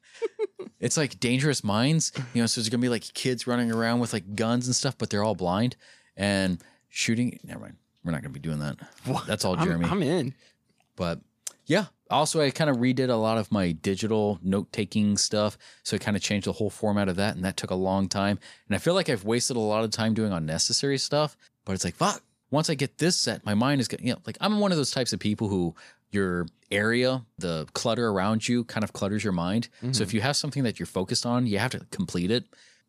[SPEAKER 7] [LAUGHS] it's like dangerous minds, you know. So there's gonna be like kids running around with like guns and stuff, but they're all blind and shooting. Never mind, we're not gonna be doing that. That's all
[SPEAKER 8] I'm-
[SPEAKER 7] Jeremy.
[SPEAKER 8] I'm, in.
[SPEAKER 7] but yeah, also I kind of redid a lot of my digital note taking stuff, so I kind of changed the whole format of that, and that took a long time. And I feel like I've wasted a lot of time doing unnecessary stuff. But it's like fuck. Once I get this set, my mind is going. You know, like I'm one of those types of people who your area, the clutter around you kind of clutters your mind.
[SPEAKER 9] Mm-hmm.
[SPEAKER 7] So if you have something that you're focused on, you have to complete it.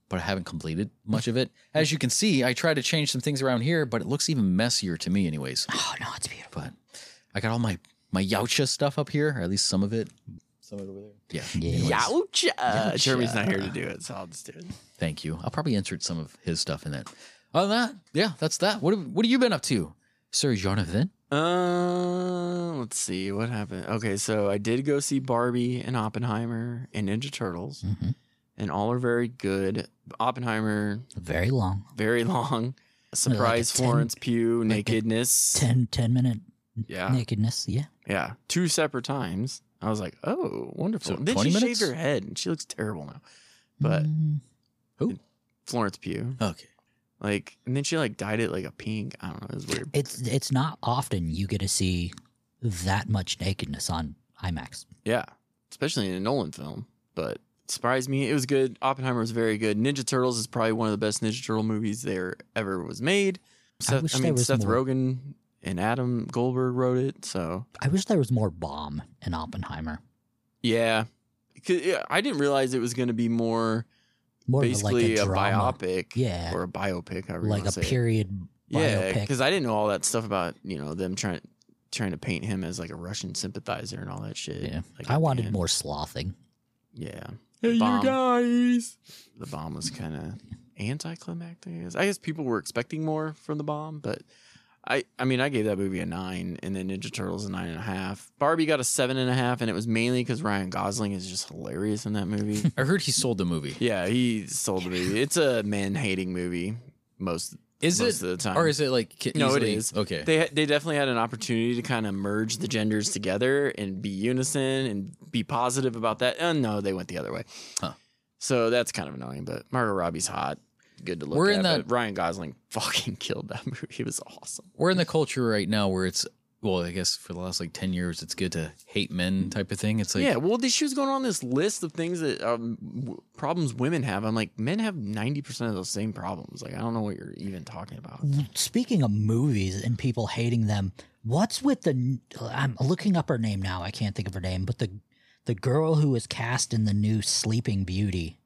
[SPEAKER 7] But I haven't completed much of it.
[SPEAKER 9] Mm-hmm.
[SPEAKER 7] As you can see, I try to change some things around here, but it looks even messier to me, anyways.
[SPEAKER 9] Oh no, it's beautiful.
[SPEAKER 7] But I got all my my Yautja stuff up here, or at least some of it. Some of it over there. Yeah. Anyways,
[SPEAKER 8] Yowcha. Jeremy's not here to do it, so I'll just do it.
[SPEAKER 7] Thank you. I'll probably insert some of his stuff in that. Other than that, yeah, that's that. What have, what have you been up to, Sir Jonathan?
[SPEAKER 8] Uh, let's see what happened. Okay, so I did go see Barbie and Oppenheimer and Ninja Turtles,
[SPEAKER 7] Mm-hmm.
[SPEAKER 9] Mhm.
[SPEAKER 8] and all are very good. Oppenheimer,
[SPEAKER 9] Very long,
[SPEAKER 8] very [LAUGHS] long. Surprise,
[SPEAKER 9] like a 10
[SPEAKER 8] Florence Pugh,
[SPEAKER 9] like a
[SPEAKER 8] nakedness.
[SPEAKER 9] 10, 10 minute
[SPEAKER 8] Yeah.
[SPEAKER 9] nakedness. Yeah,
[SPEAKER 8] Yeah, two separate times. I was like, oh, wonderful.
[SPEAKER 7] So
[SPEAKER 8] And then
[SPEAKER 7] 20
[SPEAKER 8] she
[SPEAKER 7] minutes?
[SPEAKER 8] shaved her head, and she looks terrible now. But
[SPEAKER 9] Mm,
[SPEAKER 8] Florence Pugh,
[SPEAKER 7] Okay.
[SPEAKER 8] like, and then she like dyed it like a pink. I don't know. It was weird.
[SPEAKER 9] it's it's not often you get to see that much nakedness on IMAX.
[SPEAKER 8] Yeah, especially in a Nolan film. But it surprised me. It was good. Oppenheimer was very good. Ninja Turtles is probably one of the best Ninja Turtle movies there ever was made. Seth,
[SPEAKER 9] wish
[SPEAKER 8] I,
[SPEAKER 9] there
[SPEAKER 8] mean,
[SPEAKER 9] was
[SPEAKER 8] Seth
[SPEAKER 9] more.
[SPEAKER 8] Rogen and Adam Goldberg wrote it. So
[SPEAKER 9] I wish there was more bomb in Oppenheimer.
[SPEAKER 8] yeah, 'Cause, yeah, I didn't realize it was going to be more
[SPEAKER 9] More
[SPEAKER 8] basically
[SPEAKER 9] of
[SPEAKER 8] a,
[SPEAKER 9] like a, drama,
[SPEAKER 8] biopic,
[SPEAKER 9] Yeah.
[SPEAKER 8] or a biopic. I
[SPEAKER 9] like a
[SPEAKER 8] period.
[SPEAKER 9] period
[SPEAKER 8] Yeah,
[SPEAKER 9] biopic.
[SPEAKER 8] because I didn't know all that stuff about you know them trying trying to paint him as like a Russian sympathizer and all that shit.
[SPEAKER 9] Yeah.
[SPEAKER 8] Like, at
[SPEAKER 9] I
[SPEAKER 8] the
[SPEAKER 9] wanted
[SPEAKER 8] end.
[SPEAKER 9] more slothing.
[SPEAKER 8] Yeah,
[SPEAKER 7] Hey,
[SPEAKER 8] Bomb.
[SPEAKER 7] guys.
[SPEAKER 8] the bomb was kind of anticlimactic. I guess. I guess people were expecting more from the bomb, but I I mean I gave that movie a nine, and then Ninja Turtles a nine and a half. Barbie got a seven and a half, and it was mainly because Ryan Gosling is just hilarious in
[SPEAKER 7] [LAUGHS]
[SPEAKER 8] that movie.
[SPEAKER 7] I heard he sold the movie.
[SPEAKER 8] yeah, he sold the movie. It's a man hating movie most
[SPEAKER 7] Is
[SPEAKER 8] most
[SPEAKER 7] it
[SPEAKER 8] of the time.
[SPEAKER 7] or is it like ki-
[SPEAKER 8] No, it
[SPEAKER 7] easily-
[SPEAKER 8] is.
[SPEAKER 7] okay?
[SPEAKER 8] They they definitely had an opportunity to kind of merge the genders together and be unison and be positive about that. And no, they went the other way.
[SPEAKER 7] Huh.
[SPEAKER 8] So that's kind of annoying. But Margot Robbie's hot, good to look
[SPEAKER 7] We're
[SPEAKER 8] at.
[SPEAKER 7] in that-
[SPEAKER 8] but Ryan Gosling [LAUGHS] fucking killed that movie. It was awesome.
[SPEAKER 7] We're in the culture right now where it's well, I guess for the last like ten years, it's good to hate men type of thing. It's like
[SPEAKER 8] yeah. Well, this, she was going on this list of things that um, w- problems women have. I'm like, men have ninety percent of those same problems. Like, I don't know what you're even talking about.
[SPEAKER 9] Speaking of movies and people hating them, what's with the? I'm looking up her name now. I can't think of her name, but the the girl who was cast in the new Sleeping Beauty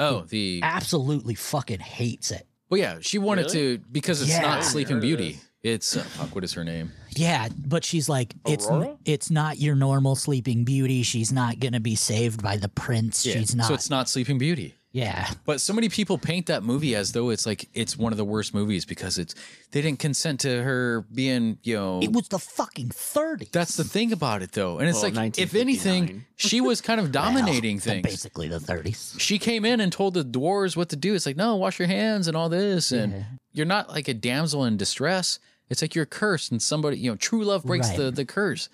[SPEAKER 7] oh the
[SPEAKER 9] absolutely fucking hates it.
[SPEAKER 7] well yeah she wanted
[SPEAKER 8] Really?
[SPEAKER 7] to because it's
[SPEAKER 9] Yeah. I
[SPEAKER 7] not
[SPEAKER 9] haven't
[SPEAKER 7] Sleeping
[SPEAKER 8] heard of
[SPEAKER 7] Beauty. It's uh, fuck what is her name?
[SPEAKER 9] Yeah, but she's like, it's
[SPEAKER 8] Aurora?
[SPEAKER 9] it's not your normal Sleeping Beauty. She's not gonna be saved by the prince. She's not.
[SPEAKER 7] So it's not Sleeping Beauty.
[SPEAKER 9] yeah,
[SPEAKER 7] But so many people paint that movie as though it's like it's one of the worst movies because it's they didn't consent to her being you know
[SPEAKER 9] it was the fucking thirties.
[SPEAKER 7] That's the thing about it, though. And it's
[SPEAKER 8] Well,
[SPEAKER 7] like, if
[SPEAKER 8] 1959.
[SPEAKER 7] anything, she was kind
[SPEAKER 9] [LAUGHS]
[SPEAKER 7] of dominating things.
[SPEAKER 9] Basically, the thirties.
[SPEAKER 7] She came in and told the dwarves what to do. It's like, no, wash your hands and all this. And you're not like a damsel in distress. It's like you're cursed, and somebody, you know, true love breaks
[SPEAKER 9] Right.
[SPEAKER 7] the, the curse.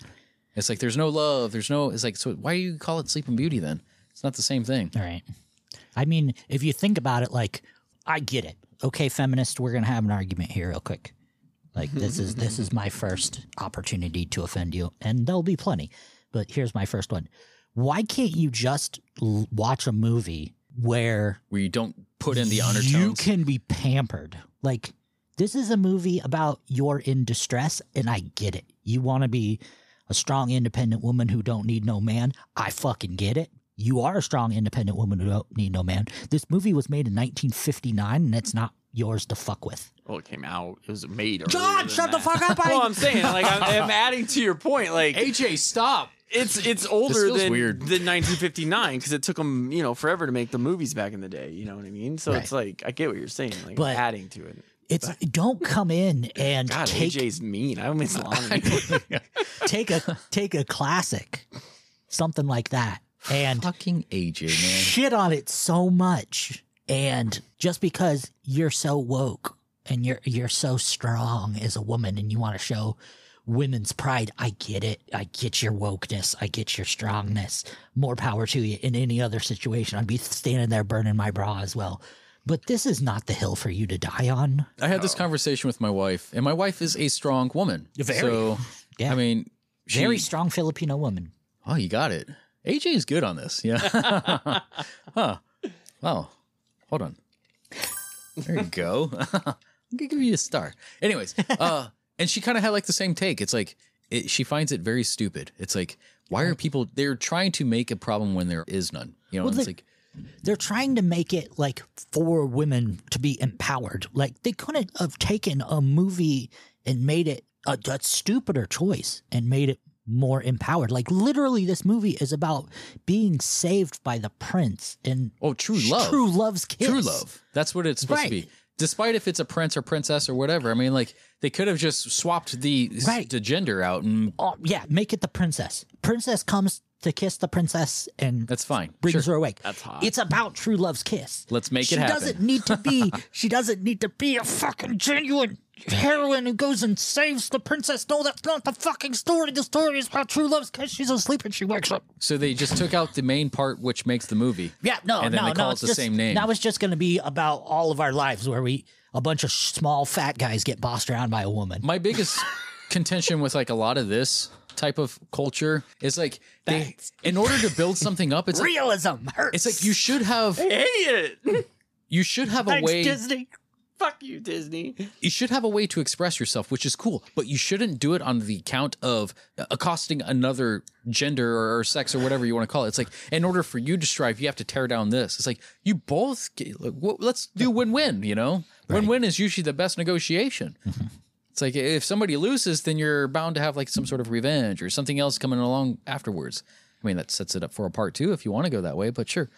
[SPEAKER 7] It's like there's no love. There's no, it's like, so why do you call it Sleeping Beauty then? It's not the same thing.
[SPEAKER 9] All right. I mean, if you think about it, like I get it. Okay, feminist, we're gonna have an argument here real quick. Like this is this is my first opportunity to offend you, and there'll be plenty. But here's my first one. Why can't you just l- watch a movie where
[SPEAKER 7] Where you don't put in the
[SPEAKER 9] you
[SPEAKER 7] undertones.
[SPEAKER 9] can be pampered? Like this is a movie about you're in distress, and I get it. You want to be a strong, independent woman who don't need no man. I fucking get it. You are a strong, independent woman who don't need no man. This movie was made in 1959, and it's not yours to fuck with.
[SPEAKER 8] Well, it came out. It was made.
[SPEAKER 9] John,
[SPEAKER 8] earlier than
[SPEAKER 9] shut the
[SPEAKER 8] that.
[SPEAKER 9] fuck up,
[SPEAKER 8] [LAUGHS]
[SPEAKER 9] I-
[SPEAKER 8] well, I'm saying like I'm,
[SPEAKER 9] [LAUGHS]
[SPEAKER 8] I'm adding to your point. Like
[SPEAKER 7] AJ, stop.
[SPEAKER 8] [LAUGHS] it's it's older
[SPEAKER 7] feels
[SPEAKER 8] than
[SPEAKER 7] weird.
[SPEAKER 8] than 1959 because it took them you know forever to make the movies back in the day. You know what I mean? So it's like I get what you're saying, like
[SPEAKER 9] But-
[SPEAKER 8] adding to it.
[SPEAKER 9] It's don't come in and
[SPEAKER 8] God,
[SPEAKER 9] take
[SPEAKER 8] AJ's mean. [LAUGHS] I don't mean to lie.
[SPEAKER 9] take a take a classic, something like that, and
[SPEAKER 7] Fucking AJ, man.
[SPEAKER 9] shit on it so much. And just because you're so woke and you're you're so strong as a woman and you want to show women's pride, I get it. I get your wokeness. I get your strongness. More power to you. In any other situation, I'd be standing there burning my bra as well. But this is not the hill for you to die on.
[SPEAKER 7] I had this conversation with my wife, and my wife is a strong woman.
[SPEAKER 9] Very.
[SPEAKER 7] So,
[SPEAKER 9] [LAUGHS] Yeah.
[SPEAKER 7] I mean, she,
[SPEAKER 9] Very strong Filipino woman.
[SPEAKER 7] Oh, you got it. AJ is good on this. Yeah. [LAUGHS] huh. Wow. Hold on. There you go. [LAUGHS] I'm gonna give you a star. Anyways, uh, [LAUGHS] and she kind of had like the same take. It's like it, she finds it very stupid. It's like why are people? They're trying to make a problem when there is none. You know,
[SPEAKER 9] Well,
[SPEAKER 7] it's
[SPEAKER 9] the-
[SPEAKER 7] like
[SPEAKER 9] they're trying to make it like for women to be empowered. Like they couldn't have taken a movie and made it a, a stupider choice and made it more empowered. Like literally, this movie is about being saved by the prince and
[SPEAKER 7] oh, true love,
[SPEAKER 9] true love's kiss.
[SPEAKER 7] True love. That's what it's supposed to
[SPEAKER 9] Right.
[SPEAKER 7] be. Despite if it's a prince or princess or whatever. I mean, like they could have just swapped the
[SPEAKER 9] Right.
[SPEAKER 7] the gender out, and
[SPEAKER 9] Oh yeah, make it the princess. Princess comes to kiss the princess and
[SPEAKER 7] that's fine.
[SPEAKER 9] brings
[SPEAKER 7] Sure.
[SPEAKER 9] her awake.
[SPEAKER 8] That's hot.
[SPEAKER 9] It's about true love's kiss.
[SPEAKER 7] Let's make it
[SPEAKER 9] she
[SPEAKER 7] happen.
[SPEAKER 9] doesn't need
[SPEAKER 7] [LAUGHS]
[SPEAKER 9] to be. she doesn't need to be a fucking genuine heroine who goes and saves the princess. No, that's not the fucking story. The story is about true love's kiss. She's asleep and she wakes up.
[SPEAKER 7] So they just took out the main part, which makes the movie.
[SPEAKER 9] Yeah, no,
[SPEAKER 7] And then
[SPEAKER 9] no,
[SPEAKER 7] they call
[SPEAKER 9] no.
[SPEAKER 7] it
[SPEAKER 9] it's
[SPEAKER 7] the
[SPEAKER 9] just,
[SPEAKER 7] same name.
[SPEAKER 9] Now it's just going to be about all of our lives where we a bunch of sh- small fat guys get bossed around by a woman.
[SPEAKER 7] My
[SPEAKER 9] [LAUGHS]
[SPEAKER 7] biggest contention with like a lot of this type of culture is like they, in order to build something up, it's
[SPEAKER 9] [LAUGHS]
[SPEAKER 7] like,
[SPEAKER 9] Realism hurts.
[SPEAKER 7] it's like you should have
[SPEAKER 8] I hate it.
[SPEAKER 7] you should have a
[SPEAKER 9] Thanks,
[SPEAKER 7] way
[SPEAKER 9] Disney.
[SPEAKER 8] Fuck you, Disney.
[SPEAKER 7] you should have a way to express yourself, which is cool, but you shouldn't do it on the account of accosting another gender or, or sex or whatever you want to call it. It's like, in order for you to strive, you have to tear down this. It's like, you both, get, like, wh- let's do win win, you know? Win win is usually the best negotiation. It's like, if somebody loses, then you're bound to have like some sort of revenge or something else coming along afterwards. I mean, that sets it up for a part two if you want to go that way, but sure.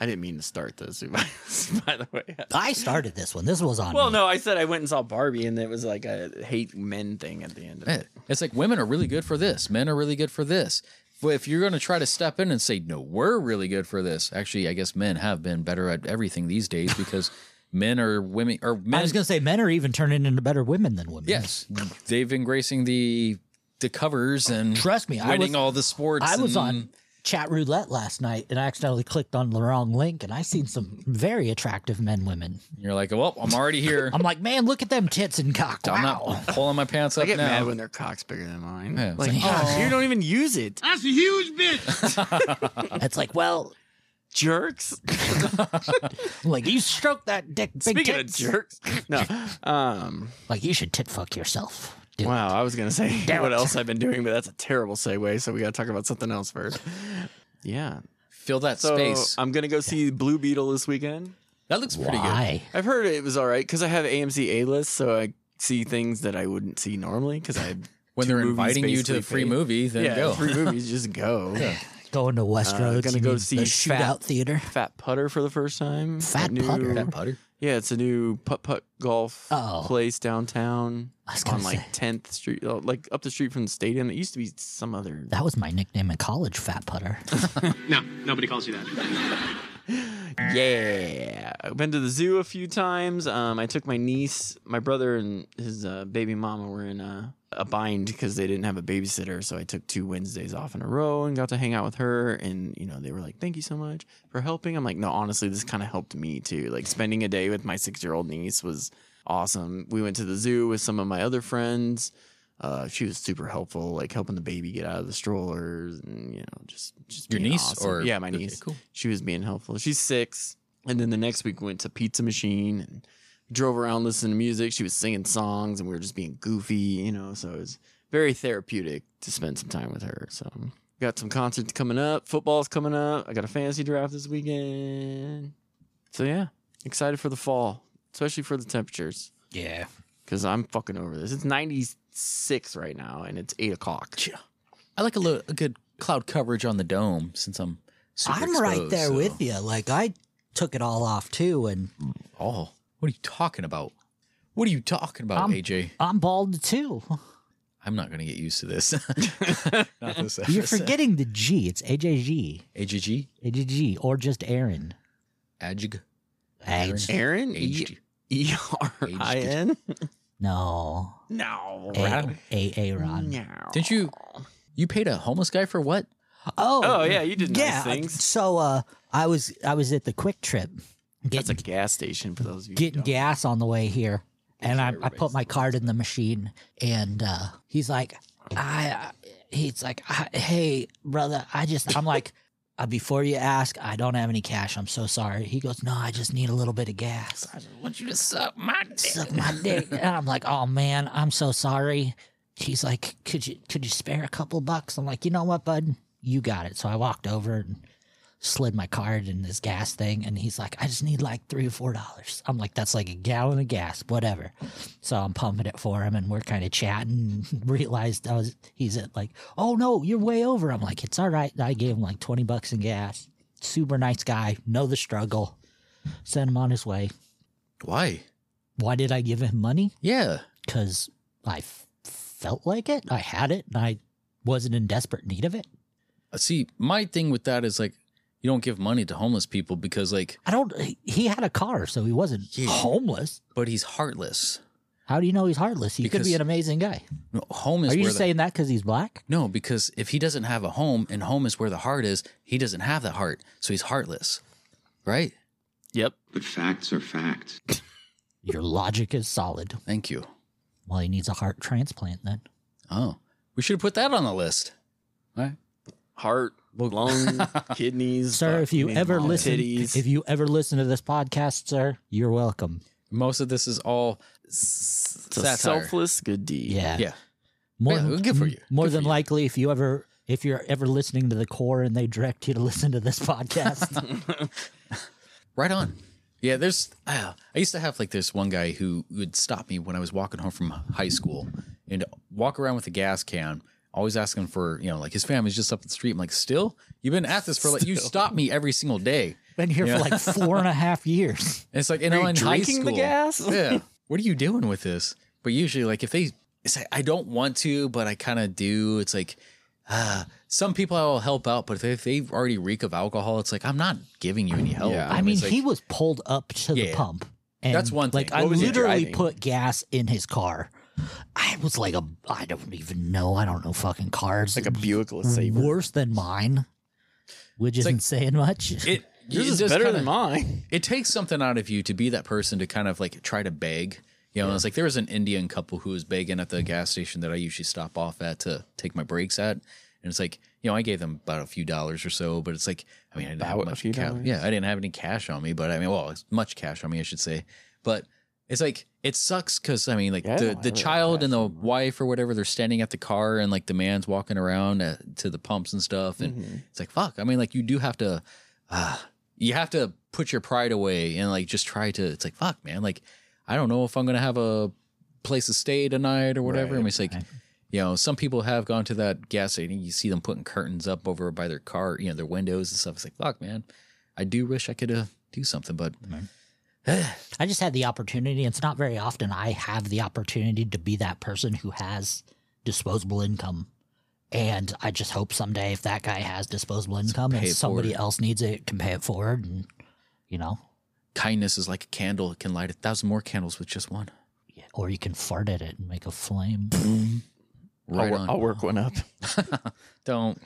[SPEAKER 8] I didn't mean to start this, [LAUGHS] by the way.
[SPEAKER 9] I started this one. This was on.
[SPEAKER 8] Well,
[SPEAKER 9] me.
[SPEAKER 8] no, I said I went and saw Barbie, and it was like a hate men thing at the end of
[SPEAKER 7] Eh,
[SPEAKER 8] it.
[SPEAKER 7] It's like women are really good for this, men are really good for this. But if you're going to try to step in and say, no, we're really good for this, actually, I guess men have been better at everything these days because [LAUGHS] men are women or men.
[SPEAKER 9] I was gonna say men are even turning into better women than women.
[SPEAKER 7] yes, they've been gracing the the covers and
[SPEAKER 9] Trust me, I
[SPEAKER 7] winning
[SPEAKER 9] was-
[SPEAKER 7] all the sports.
[SPEAKER 9] I was
[SPEAKER 7] and-
[SPEAKER 9] on chat roulette last night and I accidentally clicked on the wrong link and I seen some very attractive men women.
[SPEAKER 7] You're like, well, I'm already here.
[SPEAKER 9] [LAUGHS] I'm like, man, look at them tits and cock. Wow.
[SPEAKER 7] I'm not pulling my pants up
[SPEAKER 8] I get
[SPEAKER 7] now.
[SPEAKER 8] mad when their cock's bigger than mine.
[SPEAKER 7] Yeah, it's
[SPEAKER 8] like,
[SPEAKER 7] like,
[SPEAKER 8] "Gosh,
[SPEAKER 9] [LAUGHS]
[SPEAKER 8] you don't even use it,
[SPEAKER 2] That's a huge bitch.
[SPEAKER 9] It's like, well,
[SPEAKER 8] jerks.
[SPEAKER 9] I'm like you stroke that dick. Big
[SPEAKER 8] Speaking
[SPEAKER 9] tits.
[SPEAKER 8] of jerks, no. [LAUGHS] Um,
[SPEAKER 9] Like you should tit fuck yourself. Dude.
[SPEAKER 8] wow, I was gonna say [LAUGHS] what else I've been doing, but that's a terrible segue. So we gotta talk about something else
[SPEAKER 9] [LAUGHS]
[SPEAKER 8] first. Yeah.
[SPEAKER 7] Fill that
[SPEAKER 8] So um,
[SPEAKER 7] space.
[SPEAKER 8] I'm gonna go see Blue Beetle this weekend.
[SPEAKER 7] that looks pretty good.
[SPEAKER 9] Why?
[SPEAKER 8] I've heard it was all right because I have AMC A list, so I see things that I wouldn't see normally because I
[SPEAKER 7] When
[SPEAKER 8] two
[SPEAKER 7] they're
[SPEAKER 8] movies
[SPEAKER 7] inviting you to
[SPEAKER 8] basically
[SPEAKER 7] the free
[SPEAKER 8] paid.
[SPEAKER 7] movie, [LAUGHS] then
[SPEAKER 8] yeah,
[SPEAKER 7] go. [LAUGHS]
[SPEAKER 8] free movies just go.
[SPEAKER 9] Going to Westroads.
[SPEAKER 8] Uh, gonna
[SPEAKER 9] you
[SPEAKER 8] go
[SPEAKER 9] mean
[SPEAKER 8] see
[SPEAKER 9] the
[SPEAKER 8] Fat-
[SPEAKER 9] shootout theater.
[SPEAKER 8] Fat Putter for the first time.
[SPEAKER 9] Fat
[SPEAKER 8] That new-
[SPEAKER 9] Putter?
[SPEAKER 7] That putter.
[SPEAKER 8] Yeah, it's a new putt putt golf
[SPEAKER 9] Oh.
[SPEAKER 8] place downtown
[SPEAKER 9] I was
[SPEAKER 8] on
[SPEAKER 9] gonna
[SPEAKER 8] like
[SPEAKER 9] say.
[SPEAKER 8] 10th Street, oh, like up the street from the stadium. It used to be some other.
[SPEAKER 9] That was my nickname in college, Fat Putter.
[SPEAKER 10] No, nobody calls you that.
[SPEAKER 8] Yeah, I've been to the zoo a few times. Um, I took my niece, my brother, and his uh, baby mama were in a, a bind because they didn't have a babysitter. So I took two Wednesdays off in a row and got to hang out with her. And you know, they were like, "Thank you so much for helping." I'm like, "No, honestly, this kind of helped me too. Like spending a day with my six year old niece was awesome. We went to the zoo with some of my other friends." Uh, she was super helpful, like helping the baby get out of the strollers, and you know, just just
[SPEAKER 7] Your
[SPEAKER 8] being
[SPEAKER 7] niece
[SPEAKER 8] awesome.
[SPEAKER 7] or
[SPEAKER 8] yeah, my
[SPEAKER 7] okay,
[SPEAKER 8] niece
[SPEAKER 7] cool.
[SPEAKER 8] she was being helpful. She's six. And then the next week we went to Pizza Machine and drove around listening to music. She was singing songs and we were just being goofy, you know. So it was very therapeutic to spend some time with her. So got some concerts coming up. Football's coming up. I got a fantasy draft this weekend. So yeah, excited for the fall, especially for the temperatures.
[SPEAKER 9] yeah.
[SPEAKER 8] Because I'm fucking over this. It's 96 right now and it's 8 o'clock.
[SPEAKER 7] I like a, lo- a good cloud coverage on the dome since I'm super
[SPEAKER 9] I'm right
[SPEAKER 7] exposed,
[SPEAKER 9] there
[SPEAKER 7] so-
[SPEAKER 9] with you. Like I took it all off too and
[SPEAKER 7] Oh, what are you talking about? What are you talking about,
[SPEAKER 9] I'm-
[SPEAKER 7] AJ?
[SPEAKER 9] I'm
[SPEAKER 8] [LAUGHS]
[SPEAKER 9] bald too.
[SPEAKER 7] I'm not going to get used to this. [LAUGHS] not
[SPEAKER 9] [LAUGHS]
[SPEAKER 7] this.
[SPEAKER 9] You're
[SPEAKER 7] episode.
[SPEAKER 9] forgetting the G. It's AJG.
[SPEAKER 7] AJG?
[SPEAKER 9] AJG or just Aaron.
[SPEAKER 7] Ajig?
[SPEAKER 9] Age.
[SPEAKER 8] Aaron?
[SPEAKER 7] Aged.
[SPEAKER 8] E R I N?
[SPEAKER 9] No.
[SPEAKER 8] No.
[SPEAKER 9] A- A- Aaron.
[SPEAKER 8] No.
[SPEAKER 7] Didn't you? You paid a homeless guy for what?
[SPEAKER 9] Oh.
[SPEAKER 8] Oh yeah, you did
[SPEAKER 9] Yeah.
[SPEAKER 8] nice things.
[SPEAKER 9] So uh I was I was at the quick trip
[SPEAKER 8] That's a
[SPEAKER 9] getting,
[SPEAKER 8] gas station for those of you. who
[SPEAKER 9] getting
[SPEAKER 8] don't.
[SPEAKER 9] gas on the way here. And I, I put
[SPEAKER 8] everybody's
[SPEAKER 9] my card in the machine and uh he's like I he's like I, hey brother, I just I'm like uh, before you ask, I don't have any cash. I'm so sorry. He goes, "No, I just need a little bit of gas."
[SPEAKER 7] want you to suck my
[SPEAKER 9] suck my dick. And I'm like, oh man, I'm so sorry. He's like, could you could you spare a couple bucks? I'm like, you know what, bud, you got it. So I walked over and slid my card in this gas thing, and he's like, I just need like three or four dollars. I'm like, that's like a gallon of gas, whatever. So I'm pumping it for him, and we're kind of chatting. [LAUGHS] And realized I was he's at like, oh no, you're way over. I'm like, it's all right. I gave him like twenty bucks in gas. Super nice guy, know the struggle. Sent him on his way.
[SPEAKER 7] [LAUGHS] Why?
[SPEAKER 9] Why did I give him money?
[SPEAKER 7] Yeah.
[SPEAKER 9] because I f- felt like it. I had it, and I wasn't in desperate need of it.
[SPEAKER 7] Uh, See, my thing with that is like, you don't give money to homeless people because, like,
[SPEAKER 9] I don't. he- He had a car, so he wasn't
[SPEAKER 7] Yeah.
[SPEAKER 9] homeless.
[SPEAKER 7] but he's heartless.
[SPEAKER 9] How do you know he's heartless? He could
[SPEAKER 7] Because-
[SPEAKER 9] be an amazing guy.
[SPEAKER 7] No, home is
[SPEAKER 9] Are you
[SPEAKER 7] where
[SPEAKER 9] just
[SPEAKER 7] the-
[SPEAKER 9] saying that because he's black?
[SPEAKER 7] No, because if he doesn't have a home and home is where the heart is, he doesn't have that heart. So he's heartless, right?
[SPEAKER 8] Yep.
[SPEAKER 10] But facts are facts.
[SPEAKER 9] Your logic is solid.
[SPEAKER 7] Thank you.
[SPEAKER 9] Well, he needs a heart transplant then.
[SPEAKER 7] Oh, we should have put that on the list. Right?
[SPEAKER 8] Heart, lung, [LAUGHS] kidneys.
[SPEAKER 9] Sir,
[SPEAKER 8] fuck,
[SPEAKER 9] if you
[SPEAKER 8] need
[SPEAKER 9] ever
[SPEAKER 8] mom,
[SPEAKER 9] listen,
[SPEAKER 8] titties.
[SPEAKER 9] if you ever listen to this podcast, sir, you're welcome.
[SPEAKER 7] Most of this is all
[SPEAKER 8] It's a
[SPEAKER 7] satire.
[SPEAKER 8] selfless good deed.
[SPEAKER 9] Yeah.
[SPEAKER 7] yeah.
[SPEAKER 9] More,
[SPEAKER 7] Yeah, good for you.
[SPEAKER 9] More
[SPEAKER 7] Good for
[SPEAKER 9] than
[SPEAKER 7] you.
[SPEAKER 9] likely, if you ever, if you're ever listening to the core and they direct you to listen to
[SPEAKER 7] [LAUGHS]
[SPEAKER 9] this [LAUGHS] podcast,
[SPEAKER 7] Right on. Yeah, there's. Uh, I used to have like this one guy who would stop me when I was walking home from high school and walk around with a gas can, always asking for you know like his family's just up the street. I'm like, still, you've been at this for like you stop me every single day.
[SPEAKER 9] been here
[SPEAKER 7] Yeah.
[SPEAKER 9] for like four and a half years.
[SPEAKER 7] And it's like, you know, in high
[SPEAKER 8] drinking
[SPEAKER 7] school,
[SPEAKER 8] the gas? [LAUGHS]
[SPEAKER 7] yeah. What are you doing with this? But usually, like if they say I don't want to, but I kind of do, it's like. Uh, some people I will help out, but if they- if they already reek of alcohol, it's like I'm not giving you any help.
[SPEAKER 8] Yeah.
[SPEAKER 9] Oh, I
[SPEAKER 7] It's
[SPEAKER 9] mean,
[SPEAKER 7] like-
[SPEAKER 9] he was pulled up to the
[SPEAKER 7] Yeah.
[SPEAKER 9] pump. And
[SPEAKER 7] That's one
[SPEAKER 9] Like
[SPEAKER 7] thing.
[SPEAKER 9] I
[SPEAKER 8] What was he
[SPEAKER 9] literally
[SPEAKER 8] driving?
[SPEAKER 9] put gas in his car. I was like a I don't even know. I don't know fucking cars.
[SPEAKER 8] Like a Buick LeSabre.
[SPEAKER 9] worse than mine, which isn't
[SPEAKER 7] like-
[SPEAKER 9] saying much.
[SPEAKER 7] it,
[SPEAKER 8] Yours
[SPEAKER 7] it
[SPEAKER 8] is
[SPEAKER 7] just
[SPEAKER 8] better
[SPEAKER 7] kinda-
[SPEAKER 8] than mine.
[SPEAKER 7] it takes something out of you to be that person to kind of like try to beg. You know, it's like there was an Indian couple who was begging at the gas station that I usually stop off at to take my breaks at. And it's like, you know, I gave them about a few dollars or so, but it's like, I mean, I didn't have
[SPEAKER 8] About a
[SPEAKER 7] much
[SPEAKER 8] few
[SPEAKER 7] ca-
[SPEAKER 8] dollars?
[SPEAKER 7] Yeah, I didn't have any cash on me, but I mean, well, it's much cash on me, I should say. But it's like it sucks because I mean, like
[SPEAKER 8] Yeah, I don't
[SPEAKER 7] the
[SPEAKER 8] have
[SPEAKER 7] the
[SPEAKER 8] a
[SPEAKER 7] child and
[SPEAKER 8] cash
[SPEAKER 7] the
[SPEAKER 8] on me.
[SPEAKER 7] wife or whatever, they're standing at the car and like the man's walking around uh to the pumps and stuff, and
[SPEAKER 8] Mm-hmm.
[SPEAKER 7] it's like fuck. I mean, like you do have to, uh, you have to put your pride away and like just try to. It's like fuck, man. Like I don't know if I'm gonna have a place to stay tonight or whatever. and it's like, you know, some people have gone to that gas station. You see them putting curtains up over by their car, you know, their windows and stuff. It's like fuck, man. I do wish I could uh, do something, but
[SPEAKER 9] [LAUGHS] I just had the opportunity. It's not very often I have the opportunity to be that person who has disposable income. And I just hope someday if that guy has disposable income
[SPEAKER 7] pay
[SPEAKER 9] and
[SPEAKER 7] it
[SPEAKER 9] somebody
[SPEAKER 7] forward.
[SPEAKER 9] else needs it, can pay it forward. And, you know,
[SPEAKER 7] kindness is like a candle; it can light a thousand more candles with just one.
[SPEAKER 9] or you can fart at it and make a flame.
[SPEAKER 7] Right
[SPEAKER 8] I'll, wor-
[SPEAKER 7] on.
[SPEAKER 8] I'll work one Oh, up.
[SPEAKER 7] Don't.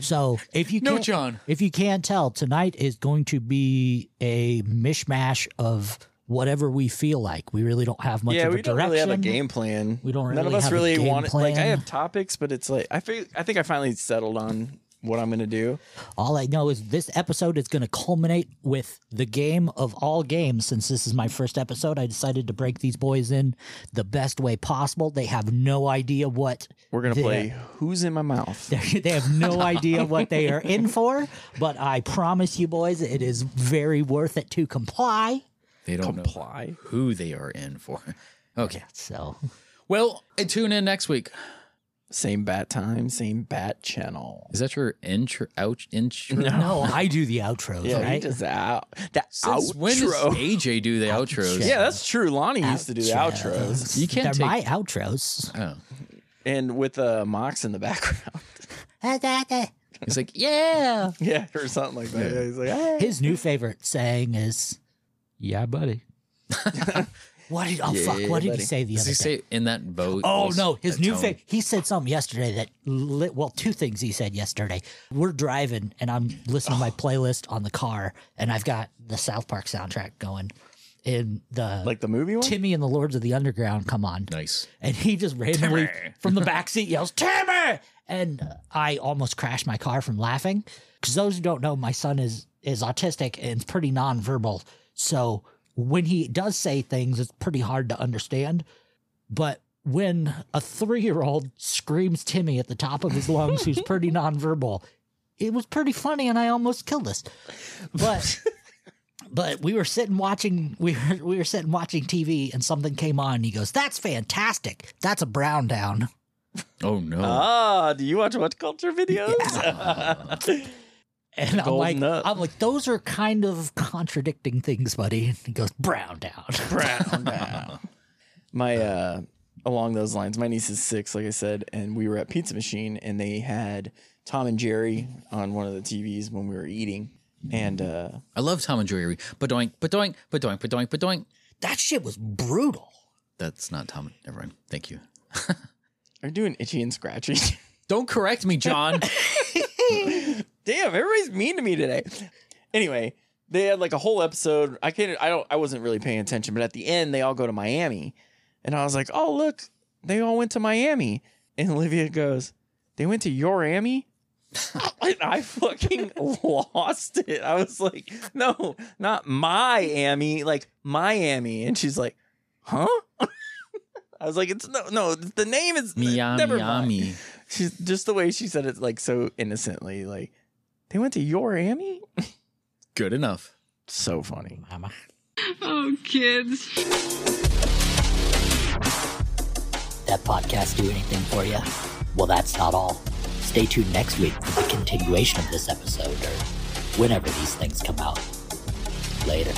[SPEAKER 9] So if you
[SPEAKER 7] No,
[SPEAKER 9] can't-
[SPEAKER 7] John.
[SPEAKER 9] if you can tell, tonight is going to be a mishmash of whatever we feel like. We really don't have much
[SPEAKER 8] yeah,
[SPEAKER 9] of a
[SPEAKER 8] we don't
[SPEAKER 9] direction.
[SPEAKER 8] really have a game plan.
[SPEAKER 9] We don't
[SPEAKER 8] None of
[SPEAKER 9] really
[SPEAKER 8] us
[SPEAKER 9] have a
[SPEAKER 8] really
[SPEAKER 9] game
[SPEAKER 8] want it. Like I
[SPEAKER 9] plan.
[SPEAKER 8] have topics, but it's like I feel, I think I finally settled on what I'm gonna do.
[SPEAKER 9] All I know is this episode is going to culminate with the game of all games. Since this is my first episode, I decided to break these boys in the best way possible. They have no idea what
[SPEAKER 8] We're gonna
[SPEAKER 9] Yeah.
[SPEAKER 8] play Who's in My Mouth.
[SPEAKER 9] [LAUGHS] they they have
[SPEAKER 8] [LAUGHS]
[SPEAKER 9] no idea what they are in for. But I promise you, boys, it is very worth it to comply.
[SPEAKER 7] They don't
[SPEAKER 8] Comply.
[SPEAKER 7] know who they are in for. Okay.
[SPEAKER 9] So
[SPEAKER 7] Well, and tune in next week.
[SPEAKER 8] Same bat time, same bat channel.
[SPEAKER 7] Is that your intro? Ouch! Intro?
[SPEAKER 9] no, I do the outros,
[SPEAKER 8] Yeah, he
[SPEAKER 9] right?
[SPEAKER 8] does the out the
[SPEAKER 7] Since
[SPEAKER 8] outro.
[SPEAKER 7] when does AJ do the outros?
[SPEAKER 8] yeah, that's true. Lonnie used to do the outros,
[SPEAKER 7] You can't
[SPEAKER 9] They're
[SPEAKER 7] take-
[SPEAKER 9] my outros.
[SPEAKER 7] Oh.
[SPEAKER 8] and with uh, Mox in the background. [LAUGHS]
[SPEAKER 7] He's like, yeah.
[SPEAKER 8] yeah, or something like that. Yeah, he's like, "Ah, "Hey."
[SPEAKER 9] His new favorite saying is,
[SPEAKER 7] [LAUGHS]
[SPEAKER 9] "Yeah, buddy." what did oh fuck? What
[SPEAKER 8] buddy.
[SPEAKER 9] did he say the
[SPEAKER 7] Does
[SPEAKER 9] other
[SPEAKER 7] he
[SPEAKER 9] day?
[SPEAKER 7] say in that vote?
[SPEAKER 9] oh no, his new
[SPEAKER 7] tone?
[SPEAKER 9] favorite. He said something yesterday that li- well, two things he said yesterday. We're driving and I'm listening
[SPEAKER 7] [SIGHS]
[SPEAKER 9] to my playlist on the car, and I've got the South Park soundtrack going, and the
[SPEAKER 8] like the movie one.
[SPEAKER 9] Timmy and the Lords of the Underground come on.
[SPEAKER 7] Nice.
[SPEAKER 9] and he just randomly from the back seat yells timmy and i almost crashed my car from laughing because those who don't know my son is is autistic and it's pretty nonverbal so when he does say things it's pretty hard to understand but when a three-year-old screams timmy at the top of his lungs who's pretty nonverbal it was pretty funny and i almost killed us but but we were sitting watching [LAUGHS] we were we were sitting watching TV and something came on and he goes, That's fantastic. That's a brown down. [LAUGHS]
[SPEAKER 7] Oh no.
[SPEAKER 8] Ah, do you watch what culture videos? [LAUGHS]
[SPEAKER 9] And I'm
[SPEAKER 8] Golden
[SPEAKER 9] like
[SPEAKER 8] nut.
[SPEAKER 9] I'm like, those are kind of contradicting things, buddy. And he goes, Brown down. [LAUGHS]
[SPEAKER 8] brown now. My uh along those lines, my niece is six, like I said, and we were at Pizza Machine and they had Tom and Jerry on one of the TVs when we were eating. And uh
[SPEAKER 7] I love Tom and Jerry. But doink, but doink, but doink, but doink, but doink.
[SPEAKER 9] that shit was brutal.
[SPEAKER 7] That's not Tom. Never mind. Thank you.
[SPEAKER 8] are you doing itchy and scratchy.
[SPEAKER 7] Don't correct me, John.
[SPEAKER 8] [LAUGHS] Damn, everybody's mean to me today. Anyway, they had like a whole episode. I can't I don't I wasn't really paying attention, but at the end they all go to Miami. And I was like, Oh look, they all went to Miami. And Olivia goes, They went to your Miami? [LAUGHS] and I fucking lost it. I was like, no, not Miami, like Miami. And she's like, huh? [LAUGHS] I was like, it's no, no, the name is
[SPEAKER 7] Miami.
[SPEAKER 8] never mind. She's just the way she said it, like so innocently, like they went to your Amy.
[SPEAKER 7] Good enough.
[SPEAKER 8] So funny.
[SPEAKER 9] Mama.
[SPEAKER 3] Oh, kids.
[SPEAKER 11] that podcast do anything for you? Well, that's not all. Stay tuned next week for the continuation of this episode or whenever these things come out. Later.